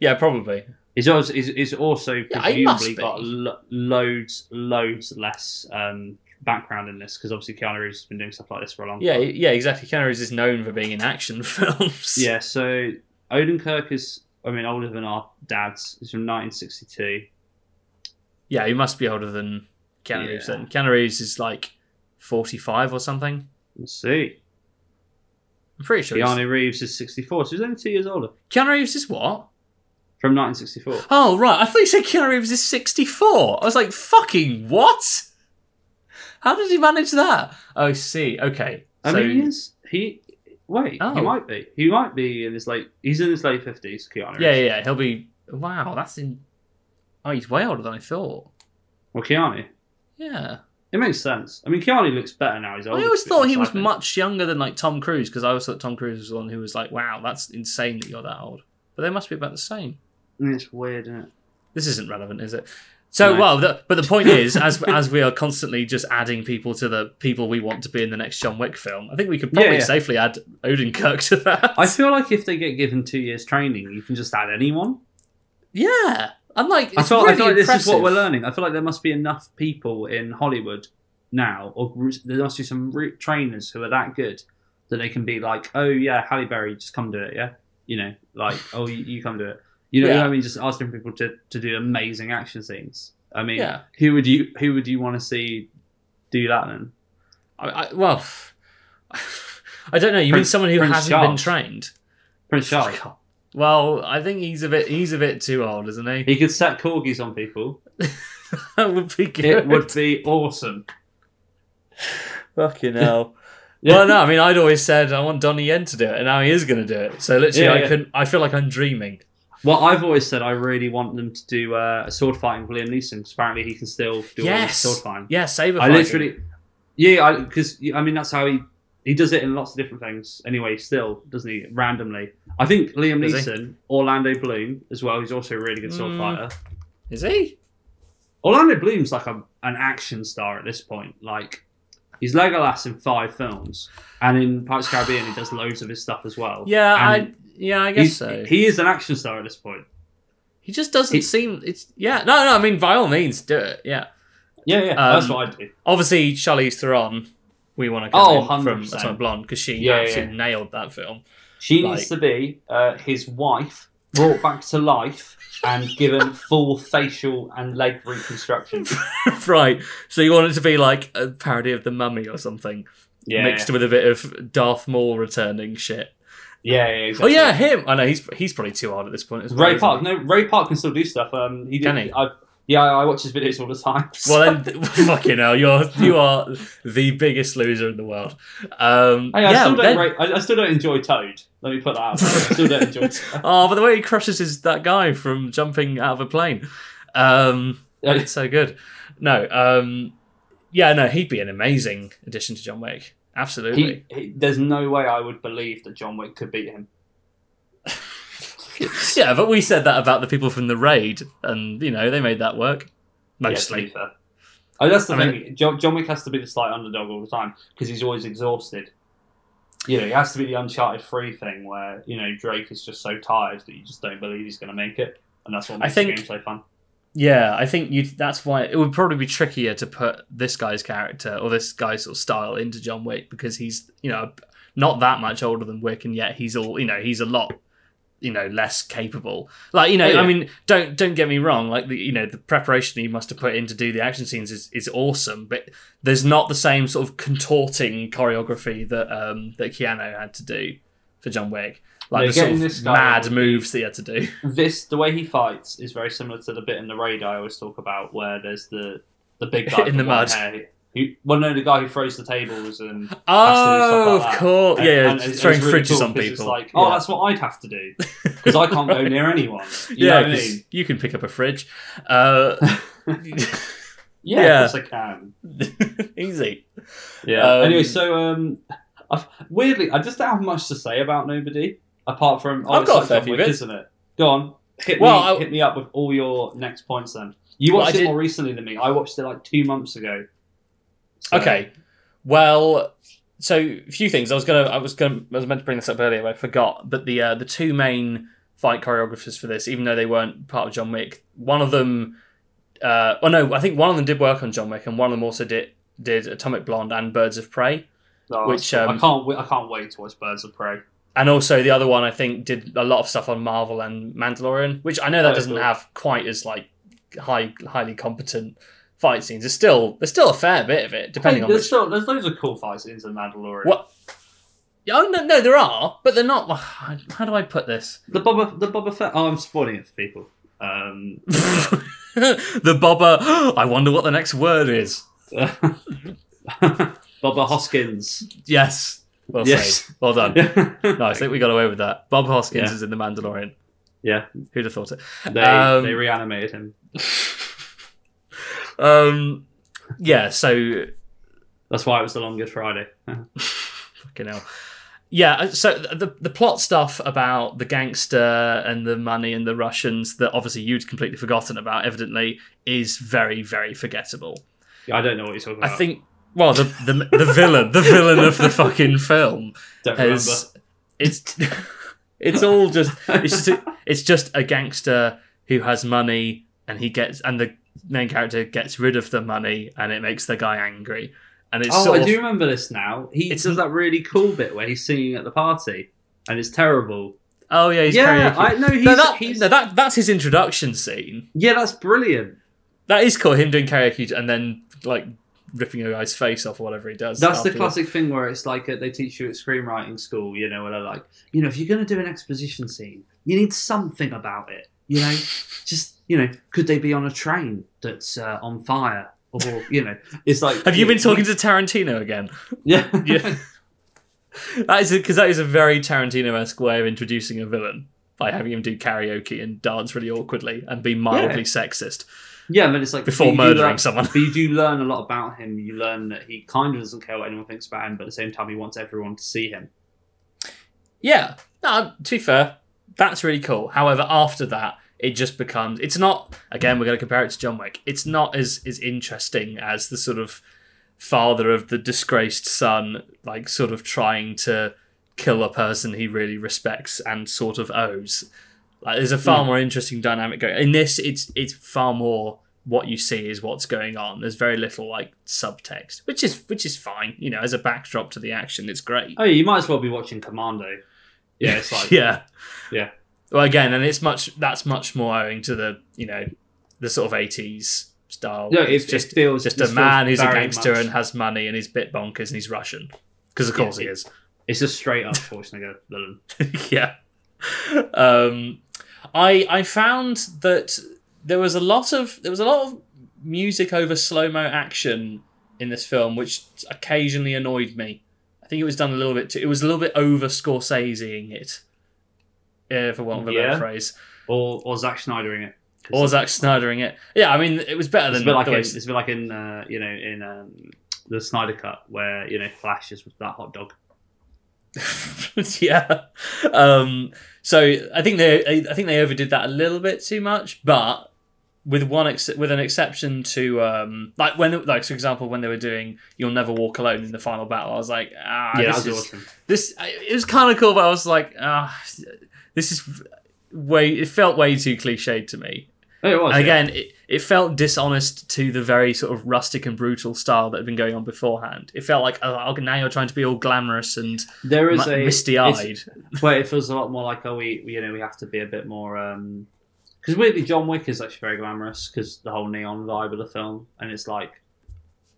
[SPEAKER 7] Yeah, probably.
[SPEAKER 6] He's also, he's, he's also
[SPEAKER 7] Yeah, he must
[SPEAKER 6] presumably
[SPEAKER 7] be.
[SPEAKER 6] got lo- loads, loads less um, background in this because obviously Keanu Reeves has been doing stuff like this for a long
[SPEAKER 7] Yeah,
[SPEAKER 6] time.
[SPEAKER 7] yeah, exactly. Keanu Reeves is known for being in action (laughs) films.
[SPEAKER 6] Yeah, so Odenkirk is, I mean, older than our dads. He's from 1962.
[SPEAKER 7] yeah. He must be older than Keanu
[SPEAKER 6] Yeah.
[SPEAKER 7] Reeves. Then Keanu Reeves is like forty-five or something.
[SPEAKER 6] Let's see.
[SPEAKER 7] I'm pretty sure. he's-
[SPEAKER 6] Keanu Reeves is 64, so he's only two years older
[SPEAKER 7] Keanu Reeves is what?
[SPEAKER 6] from 1964.
[SPEAKER 7] Oh right, I thought you said Keanu Reeves is sixty-four. I was like, fucking what? How did he manage that? Oh, I see. Okay.
[SPEAKER 6] I
[SPEAKER 7] so,
[SPEAKER 6] mean, he is. He wait, he
[SPEAKER 7] Oh.
[SPEAKER 6] might be. He might be in his late. He's in his late fifties. Keanu.
[SPEAKER 7] yeah,
[SPEAKER 6] Reeves.
[SPEAKER 7] yeah, yeah. He'll be. Wow, that's in. Oh, he's way older than I thought.
[SPEAKER 6] Well, Keanu.
[SPEAKER 7] Yeah.
[SPEAKER 6] It makes sense. I mean, Keanu looks better now. He's older.
[SPEAKER 7] I always
[SPEAKER 6] to be
[SPEAKER 7] thought
[SPEAKER 6] honest,
[SPEAKER 7] he
[SPEAKER 6] I
[SPEAKER 7] was
[SPEAKER 6] think.
[SPEAKER 7] much younger than like Tom Cruise because I always thought Tom Cruise was the one who was like, "Wow, that's insane that you're that old." But they must be about the same.
[SPEAKER 6] Mm, It's weird, isn't it?
[SPEAKER 7] This isn't relevant, is it? So
[SPEAKER 6] No.
[SPEAKER 7] well, the, but the point is, as (laughs) as we are constantly just adding people to the people we want to be in the next John Wick film, I think we could
[SPEAKER 6] Yeah,
[SPEAKER 7] probably
[SPEAKER 6] yeah.
[SPEAKER 7] safely add Odin Kirk to that.
[SPEAKER 6] I feel like if they get given two years training, you can just add anyone.
[SPEAKER 7] (laughs) yeah, I'm like,
[SPEAKER 6] I
[SPEAKER 7] it's
[SPEAKER 6] feel, I
[SPEAKER 7] really
[SPEAKER 6] feel like this is what
[SPEAKER 7] impressive.
[SPEAKER 6] we're learning. I feel like there must be enough people in Hollywood now, or r- there must be some root trainers who are that good that they can be like, oh yeah, Halle Berry, just come do it, yeah. You know,
[SPEAKER 7] (laughs)
[SPEAKER 6] like, oh, you, you come do it. You know, you know
[SPEAKER 7] Yeah.
[SPEAKER 6] what I mean? Just asking people to, to do amazing action scenes. I mean,
[SPEAKER 7] Yeah.
[SPEAKER 6] who would you who would you want to see do that then?
[SPEAKER 7] I, I, well, (laughs) I don't know. You mean
[SPEAKER 6] Prince-
[SPEAKER 7] someone who
[SPEAKER 6] Prince
[SPEAKER 7] hasn't been
[SPEAKER 6] Charles.
[SPEAKER 7] trained?
[SPEAKER 6] Prince Charles.
[SPEAKER 7] Fuck off. Well, I think he's a bit he's a bit too old, isn't he? (laughs)
[SPEAKER 6] He could set corgis on people.
[SPEAKER 7] (laughs) that would be good.
[SPEAKER 6] It would be awesome.
[SPEAKER 7] Fucking hell. Well, no, I mean, I'd always said I want Donnie Yen to do it, and now he is going to do it. So literally,
[SPEAKER 6] Yeah,
[SPEAKER 7] I
[SPEAKER 6] yeah.
[SPEAKER 7] couldn't. I feel like I'm dreaming.
[SPEAKER 6] Well, I've always said I really want them to do uh, a sword fighting with Liam Neeson 'cause apparently he can still do all
[SPEAKER 7] yes,
[SPEAKER 6] the sword fighting.
[SPEAKER 7] yeah, saber.
[SPEAKER 6] I
[SPEAKER 7] fighting.
[SPEAKER 6] literally, yeah, because I, mean that's how he he does it in lots of different things. Anyway, still doesn't he? Randomly, I think Liam
[SPEAKER 7] Does he?
[SPEAKER 6] Neeson, Orlando Bloom as well. He's also a really good sword
[SPEAKER 7] Mm.
[SPEAKER 6] fighter.
[SPEAKER 7] is he?
[SPEAKER 6] Orlando Bloom's like a, an action star at this point. Like he's Legolas in five films, and in Pirates of the Caribbean he does loads of his stuff as well.
[SPEAKER 7] Yeah, I.
[SPEAKER 6] And
[SPEAKER 7] Yeah, I guess
[SPEAKER 6] he's-
[SPEAKER 7] so. He,
[SPEAKER 6] He is an action star at this point.
[SPEAKER 7] just doesn't
[SPEAKER 6] he-
[SPEAKER 7] seem. It's yeah. No, no. I mean, by all means, do it. Yeah.
[SPEAKER 6] Yeah, yeah,
[SPEAKER 7] Um,
[SPEAKER 6] that's what I do.
[SPEAKER 7] Obviously, Charlize Theron. We want to
[SPEAKER 6] Oh,
[SPEAKER 7] go in from
[SPEAKER 6] 100%.
[SPEAKER 7] Atomic Blonde because she
[SPEAKER 6] Yeah, yeah,
[SPEAKER 7] absolutely nailed that film. (laughs)
[SPEAKER 6] She
[SPEAKER 7] Like-
[SPEAKER 6] needs to be uh, his wife, brought back to life, and given full facial and leg
[SPEAKER 7] (laughs)
[SPEAKER 6] reconstruction.
[SPEAKER 7] right. So you want it to be like a parody of the Mummy or something,
[SPEAKER 6] Yeah,
[SPEAKER 7] mixed with a bit of Darth Maul returning shit.
[SPEAKER 6] yeah, yeah.
[SPEAKER 7] Oh
[SPEAKER 6] Exactly.
[SPEAKER 7] yeah, him. I know he's he's probably too hard at this point. As well,
[SPEAKER 6] Ray
[SPEAKER 7] isn't
[SPEAKER 6] Park.
[SPEAKER 7] he?
[SPEAKER 6] No, Ray Park can still do stuff. Um, he did.
[SPEAKER 7] Can he?
[SPEAKER 6] I, yeah, I I watch his videos all the time.
[SPEAKER 7] (laughs) Well then, fucking hell, you're you are the biggest loser in the world. Um,
[SPEAKER 6] (laughs) Hey, I,
[SPEAKER 7] yeah,
[SPEAKER 6] still don't
[SPEAKER 7] then-
[SPEAKER 6] rate- I, I still don't enjoy Toad. Let me put that out. there. I still don't
[SPEAKER 7] (laughs)
[SPEAKER 6] enjoy Toad.
[SPEAKER 7] Oh, but the way he crushes is that guy from jumping out of a plane. Um,
[SPEAKER 6] Uh,
[SPEAKER 7] it's so good. No, um, yeah, no, he'd be an amazing addition to John Wick. Absolutely.
[SPEAKER 6] he, he, there's no way I would believe that John Wick could beat him.
[SPEAKER 7] yeah, but we said that about the people from the raid, and you know they made that work
[SPEAKER 6] Yeah,
[SPEAKER 7] mostly.
[SPEAKER 6] to be fair. Oh, that's the
[SPEAKER 7] I
[SPEAKER 6] thing. John, John Wick has to be the slight underdog all the time because he's always exhausted. You know, it has to be the Uncharted Three thing where you know Drake is just so tired that you just don't believe he's going to make it, and that's what
[SPEAKER 7] I
[SPEAKER 6] makes the
[SPEAKER 7] think-
[SPEAKER 6] game so fun.
[SPEAKER 7] Yeah, I think you. That's why it would probably be trickier to put this guy's character or this guy's sort of style into John Wick because he's you know not that much older than Wick, and yet he's all you know he's a lot you know less capable. Like you know,
[SPEAKER 6] Oh, yeah.
[SPEAKER 7] I mean, don't don't get me wrong. Like the you know the preparation he must have put in to do the action scenes is is awesome, but there's not the same sort of contorting choreography that um that Keanu had to do for John Wick. Like
[SPEAKER 6] Yeah,
[SPEAKER 7] the sort
[SPEAKER 6] getting
[SPEAKER 7] of
[SPEAKER 6] this guy
[SPEAKER 7] mad
[SPEAKER 6] would be-
[SPEAKER 7] moves that he had to do.
[SPEAKER 6] This the way he fights is very similar to the bit in the raid I always talk about where there's the the big
[SPEAKER 7] (laughs)
[SPEAKER 6] guy
[SPEAKER 7] In the
[SPEAKER 6] with
[SPEAKER 7] mud.
[SPEAKER 6] white hair Who, well, no, the guy who throws the tables and
[SPEAKER 7] Oh, of
[SPEAKER 6] stuff like that.
[SPEAKER 7] course. (laughs)
[SPEAKER 6] and-
[SPEAKER 7] Yeah, yeah,
[SPEAKER 6] and it's-
[SPEAKER 7] throwing
[SPEAKER 6] it's really
[SPEAKER 7] fridges
[SPEAKER 6] cool
[SPEAKER 7] on
[SPEAKER 6] 'cause
[SPEAKER 7] people.
[SPEAKER 6] It's like, oh,
[SPEAKER 7] yeah.
[SPEAKER 6] that's what I'd have to do because
[SPEAKER 7] (laughs)
[SPEAKER 6] I can't go near anyone. You
[SPEAKER 7] yeah,
[SPEAKER 6] know what I
[SPEAKER 7] 'cause
[SPEAKER 6] mean?
[SPEAKER 7] you can pick up a fridge. Uh, (laughs)
[SPEAKER 6] Yeah,
[SPEAKER 7] Yeah.
[SPEAKER 6] yes, I can. (laughs)
[SPEAKER 7] easy.
[SPEAKER 6] Yeah.
[SPEAKER 7] Um,
[SPEAKER 6] anyway, so um, I've, weirdly, I just don't have much to say about nobody apart from oh,
[SPEAKER 7] I've
[SPEAKER 6] it's
[SPEAKER 7] got a
[SPEAKER 6] like
[SPEAKER 7] fair
[SPEAKER 6] John
[SPEAKER 7] few
[SPEAKER 6] Wick,
[SPEAKER 7] bits.
[SPEAKER 6] isn't it? Go on, hit
[SPEAKER 7] Well,
[SPEAKER 6] me,
[SPEAKER 7] I-
[SPEAKER 6] hit me up with all your next points. Then you
[SPEAKER 7] Well,
[SPEAKER 6] watched
[SPEAKER 7] I
[SPEAKER 6] it
[SPEAKER 7] did-
[SPEAKER 6] more recently than me. I watched it like two months ago. So-
[SPEAKER 7] Okay. Well, so a few things. I was gonna, I was gonna, I was meant to bring this up earlier, but I forgot. But the uh, the two main fight choreographers for this, even though they weren't part of John Wick, one of them, uh, oh no, I think one of them did work on John Wick, and one of them also did did Atomic Blonde and Birds of Prey.
[SPEAKER 6] Oh,
[SPEAKER 7] which,
[SPEAKER 6] I
[SPEAKER 7] um,
[SPEAKER 6] can't, wi- I can't wait to watch Birds of Prey.
[SPEAKER 7] and also the other one I think did a lot of stuff on Marvel and Mandalorian, which I know that
[SPEAKER 6] Oh,
[SPEAKER 7] doesn't
[SPEAKER 6] cool.
[SPEAKER 7] have quite as like high highly competent fight scenes. There's still there's still a fair bit of it, depending
[SPEAKER 6] Hey,
[SPEAKER 7] on
[SPEAKER 6] there's,
[SPEAKER 7] which.
[SPEAKER 6] still, there's loads of cool fight scenes in Mandalorian.
[SPEAKER 7] What? Oh no, no, there are, but they're not. How do I put this? (laughs)
[SPEAKER 6] the Boba, the Boba Fett? Oh, I'm spoiling it for people. Um, (laughs)
[SPEAKER 7] the Boba. (gasps) I wonder what the next word is.
[SPEAKER 6] Boba
[SPEAKER 7] (laughs)
[SPEAKER 6] Hoskins.
[SPEAKER 7] Yes. Well
[SPEAKER 6] Yes.
[SPEAKER 7] played. Well done.
[SPEAKER 6] (laughs) yeah,
[SPEAKER 7] No, I think we got away with that. Bob Hoskins
[SPEAKER 6] Yeah.
[SPEAKER 7] is in the Mandalorian. Who'd have thought it?
[SPEAKER 6] they,
[SPEAKER 7] Um,
[SPEAKER 6] they reanimated him.
[SPEAKER 7] Um, yeah. So
[SPEAKER 6] That's why it was the long Good Friday. (laughs)
[SPEAKER 7] Fucking hell. Yeah, uh, so the the plot stuff about the gangster and the money and the Russians that obviously you'd completely forgotten about, evidently, is very very forgettable.
[SPEAKER 6] I don't know what you're talking
[SPEAKER 7] I
[SPEAKER 6] about.
[SPEAKER 7] think. Well, the, the the villain, the villain of the fucking film,
[SPEAKER 6] don't
[SPEAKER 7] has it's (laughs) it's all just
[SPEAKER 6] remember.
[SPEAKER 7] it's just, it's just a gangster who has money and he gets and the main character gets rid of the money and it makes the guy angry and it's
[SPEAKER 6] oh,
[SPEAKER 7] sort
[SPEAKER 6] I
[SPEAKER 7] of,
[SPEAKER 6] do remember this now. He
[SPEAKER 7] It's-
[SPEAKER 6] does that really cool bit where he's singing at the party, and it's terrible.
[SPEAKER 7] oh yeah he's
[SPEAKER 6] yeah,
[SPEAKER 7] karaoke.
[SPEAKER 6] I know. He's,
[SPEAKER 7] no, that,
[SPEAKER 6] he's-
[SPEAKER 7] no, that that's his introduction scene.
[SPEAKER 6] yeah, that's brilliant.
[SPEAKER 7] That is cool. Him doing karaoke and then like ripping a guy's face off or whatever he does.
[SPEAKER 6] That's the
[SPEAKER 7] afterwards.
[SPEAKER 6] classic thing where it's like uh they teach you at screenwriting school, you know, where they're like, you know, if you're going to do an exposition scene, you need something (laughs) about it, you know, just you know, could they be on a train that's uh, on fire? or you know, it's like.
[SPEAKER 7] Have you been talking to Tarantino again?
[SPEAKER 6] (laughs) Yeah,
[SPEAKER 7] Yeah. that is because that is a very Tarantino-esque way of introducing a villain by having him do karaoke and dance really awkwardly and be mildly sexist.
[SPEAKER 6] (laughs) yeah. But it's like
[SPEAKER 7] Before
[SPEAKER 6] but you do
[SPEAKER 7] murdering
[SPEAKER 6] learn-
[SPEAKER 7] someone.
[SPEAKER 6] But you do learn a lot about him. You learn that he kind of doesn't care what anyone thinks about him, but at the same time, he wants everyone to see him.
[SPEAKER 7] Yeah. No, to be fair, that's really cool. However, after that, it just becomes it's not again, we're gonna compare it to John Wick. It's not as as interesting as the sort of father of the disgraced son, like sort of trying to kill a person he really respects and sort of owes. Like there's a far more interesting dynamic going. In this it's it's far more what you see is what's going on. There's very little like subtext, which is which is fine, you know, as a backdrop to the action, it's great.
[SPEAKER 6] Oh, yeah, you might as well be watching Commando. Yeah, it's
[SPEAKER 7] (laughs)
[SPEAKER 6] like
[SPEAKER 7] yeah.
[SPEAKER 6] yeah.
[SPEAKER 7] Well, again, and it's much that's much more owing to the you know the sort of eighties style.
[SPEAKER 6] No, it-
[SPEAKER 7] it's
[SPEAKER 6] it
[SPEAKER 7] just
[SPEAKER 6] feels-
[SPEAKER 7] just
[SPEAKER 6] it
[SPEAKER 7] a man who's
[SPEAKER 6] feels
[SPEAKER 7] a
[SPEAKER 6] very
[SPEAKER 7] gangster
[SPEAKER 6] much-
[SPEAKER 7] and has money and he's a bit bonkers and he's Russian because of course he is.
[SPEAKER 6] It's a straight up Schwarzenegger villain.
[SPEAKER 7] (laughs) yeah. Um, I I found that there was a lot of there was a lot of music over slow mo action in this film, which occasionally annoyed me. I think it was done a little bit. Too, it was a little bit over Scorseseing it, uh, for want of a
[SPEAKER 6] Yeah.
[SPEAKER 7] better phrase.
[SPEAKER 6] Or or Zack Snyder in it.
[SPEAKER 7] or Zack Snydering it. Yeah, I mean, it was better
[SPEAKER 6] It's a
[SPEAKER 7] than
[SPEAKER 6] bit like
[SPEAKER 7] the
[SPEAKER 6] in,
[SPEAKER 7] way-
[SPEAKER 6] it's a bit like in uh, you know in um, the Snyder Cut where you know Flash is with that hot dog.
[SPEAKER 7] (laughs) yeah. Um, so I think they, I think they overdid that a little bit too much, but with one ex- with an exception to um, like when like for example when they were doing "You'll Never Walk Alone" in the final battle, I was like, ah,
[SPEAKER 6] yeah,
[SPEAKER 7] this
[SPEAKER 6] that was
[SPEAKER 7] is-
[SPEAKER 6] awesome.
[SPEAKER 7] this I- it was kind of cool, but I was like, ah, this is way it felt way too cliched to me.
[SPEAKER 6] Oh, it was
[SPEAKER 7] And
[SPEAKER 6] yeah.
[SPEAKER 7] again, it, it felt dishonest to the very sort of rustic and brutal style that had been going on beforehand. It felt like, oh, okay, now you're trying to be all glamorous and
[SPEAKER 6] There is
[SPEAKER 7] mi-
[SPEAKER 6] a
[SPEAKER 7] misty-eyed.
[SPEAKER 6] it's- Well, it feels a lot more like oh we we, you know we have to be a bit more um because weirdly John Wick is actually very glamorous because the whole neon vibe of the film and it's like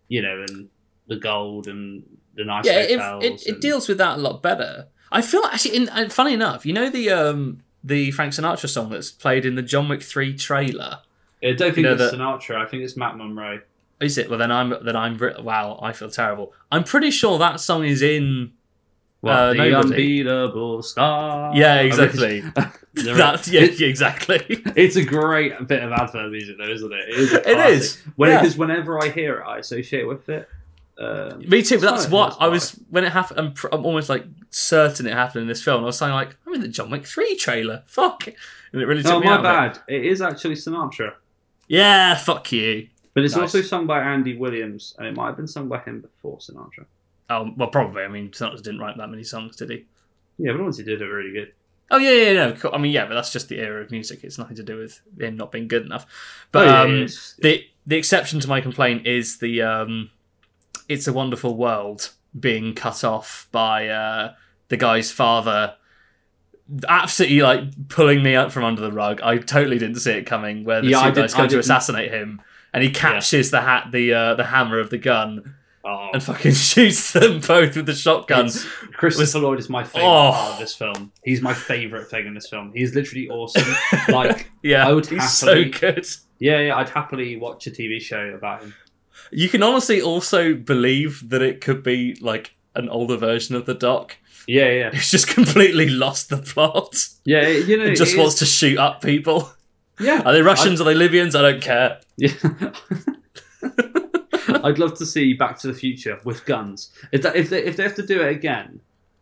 [SPEAKER 6] you know and the gold and the nice
[SPEAKER 7] Yeah, it,
[SPEAKER 6] hotels.
[SPEAKER 7] it, it
[SPEAKER 6] and-
[SPEAKER 7] deals with that a lot better. I feel actually, in, and funny enough, you know the um, the Frank Sinatra song that's played in the John Wick Three trailer.
[SPEAKER 6] I don't think
[SPEAKER 7] you know, Uh,
[SPEAKER 6] it's
[SPEAKER 7] the-
[SPEAKER 6] Sinatra. I think it's Matt Monroe.
[SPEAKER 7] Is it? Well, then I'm then I'm re- wow. I feel terrible. I'm pretty sure that song is in. Uh,
[SPEAKER 6] the
[SPEAKER 7] nobody.
[SPEAKER 6] unbeatable star.
[SPEAKER 7] Yeah,
[SPEAKER 6] I mean, (laughs)
[SPEAKER 7] exactly. (laughs)
[SPEAKER 6] there is-
[SPEAKER 7] That, yeah, exactly.
[SPEAKER 6] It's a great bit of advert music, though, isn't it? It is.
[SPEAKER 7] (laughs) It is, yeah.
[SPEAKER 6] because whenever I hear it, I associate with it. Um,
[SPEAKER 7] Me too. But
[SPEAKER 6] Sorry,
[SPEAKER 7] that's what
[SPEAKER 6] that's
[SPEAKER 7] I was when it happened. I'm, pr- I'm almost like certain it happened in this film. I was saying like, I'm in the John Wick three trailer. Fuck, and it really took
[SPEAKER 6] oh,
[SPEAKER 7] me
[SPEAKER 6] my
[SPEAKER 7] out of it.
[SPEAKER 6] bad. it is actually Sinatra,
[SPEAKER 7] Yeah, fuck you.
[SPEAKER 6] but it's
[SPEAKER 7] Nice.
[SPEAKER 6] also sung by Andy Williams, and it might have been sung by him before Sinatra.
[SPEAKER 7] Oh well, probably. I mean, Sinatra didn't write that many songs, did he?
[SPEAKER 6] Yeah, but once he did it really good.
[SPEAKER 7] Oh yeah, yeah, no. Cool. I mean, yeah, but that's just the era of music. It's nothing to do with him not being good enough. But
[SPEAKER 6] Oh, yeah,
[SPEAKER 7] um,
[SPEAKER 6] yeah, it's-
[SPEAKER 7] the the exception to my complaint is the um, "It's a Wonderful World" being cut off by uh, the guy's father, absolutely like pulling me up from under the rug. I totally didn't see it coming. Where the
[SPEAKER 6] Yeah, I
[SPEAKER 7] two
[SPEAKER 6] didn't-
[SPEAKER 7] guys
[SPEAKER 6] I
[SPEAKER 7] come to
[SPEAKER 6] didn't-
[SPEAKER 7] assassinate him, and he catches the hat, the uh, the hammer of the gun,
[SPEAKER 6] oh,
[SPEAKER 7] and fucking (laughs) shoots them both with the shotgun.
[SPEAKER 6] It's- Christopher Lloyd is my favorite
[SPEAKER 7] Oh.
[SPEAKER 6] part of this film. He's my favorite thing in this film. He's literally (laughs) awesome. like,
[SPEAKER 7] Yeah,
[SPEAKER 6] I would
[SPEAKER 7] he's
[SPEAKER 6] happily-
[SPEAKER 7] so good.
[SPEAKER 6] yeah, yeah, I'd happily watch a TV show about him.
[SPEAKER 7] You can honestly also believe that it could be like an older version of the doc
[SPEAKER 6] Yeah, yeah,
[SPEAKER 7] who's just (laughs) completely lost the plot
[SPEAKER 6] yeah. You know,
[SPEAKER 7] and
[SPEAKER 6] it
[SPEAKER 7] just
[SPEAKER 6] is-
[SPEAKER 7] wants to shoot up people.
[SPEAKER 6] Yeah,
[SPEAKER 7] Are they Russians? Are they Libyans? I don't care.
[SPEAKER 6] Yeah. (laughs) I'd love to see Back to the Future with guns. If, that, if they if they have to do it again,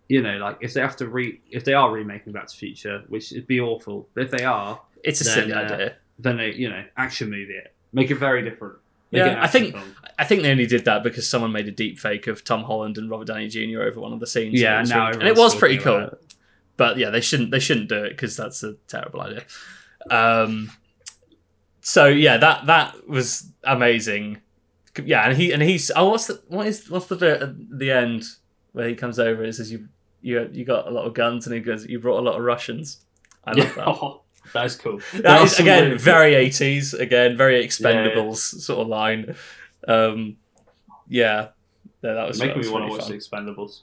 [SPEAKER 6] you know, like if they have to re if they are remaking Back to the Future, which would be awful. But if they are,
[SPEAKER 7] It's a
[SPEAKER 6] Then,
[SPEAKER 7] silly
[SPEAKER 6] uh,
[SPEAKER 7] idea.
[SPEAKER 6] then they, you know, action movie it, make it very different. Make
[SPEAKER 7] Yeah,
[SPEAKER 6] it an
[SPEAKER 7] I
[SPEAKER 6] action
[SPEAKER 7] think-
[SPEAKER 6] film.
[SPEAKER 7] I think they only did that because someone made a deep fake of Tom Holland and Robert Downey Jr. over one of the scenes.
[SPEAKER 6] Yeah,
[SPEAKER 7] and it was
[SPEAKER 6] now
[SPEAKER 7] really- and it
[SPEAKER 6] everyone's
[SPEAKER 7] was pretty
[SPEAKER 6] talking
[SPEAKER 7] cool.
[SPEAKER 6] about
[SPEAKER 7] But yeah, they shouldn't they shouldn't do it because that's a terrible idea. Um, so yeah, that that was amazing. Yeah, and he and he's oh, what's the what is what's the bit at the end where he comes over and says you you you got a lot of guns and he goes you brought a lot of Russians. I love
[SPEAKER 6] (laughs) Yeah.
[SPEAKER 7] that.
[SPEAKER 6] that is cool.
[SPEAKER 7] That is,
[SPEAKER 6] some
[SPEAKER 7] again
[SPEAKER 6] weird-
[SPEAKER 7] very eighties. Again, very Expendables
[SPEAKER 6] Yeah,
[SPEAKER 7] sort of line. Um, yeah, no, that was that
[SPEAKER 6] making me
[SPEAKER 7] was
[SPEAKER 6] want to
[SPEAKER 7] really
[SPEAKER 6] watch
[SPEAKER 7] fun.
[SPEAKER 6] The Expendables.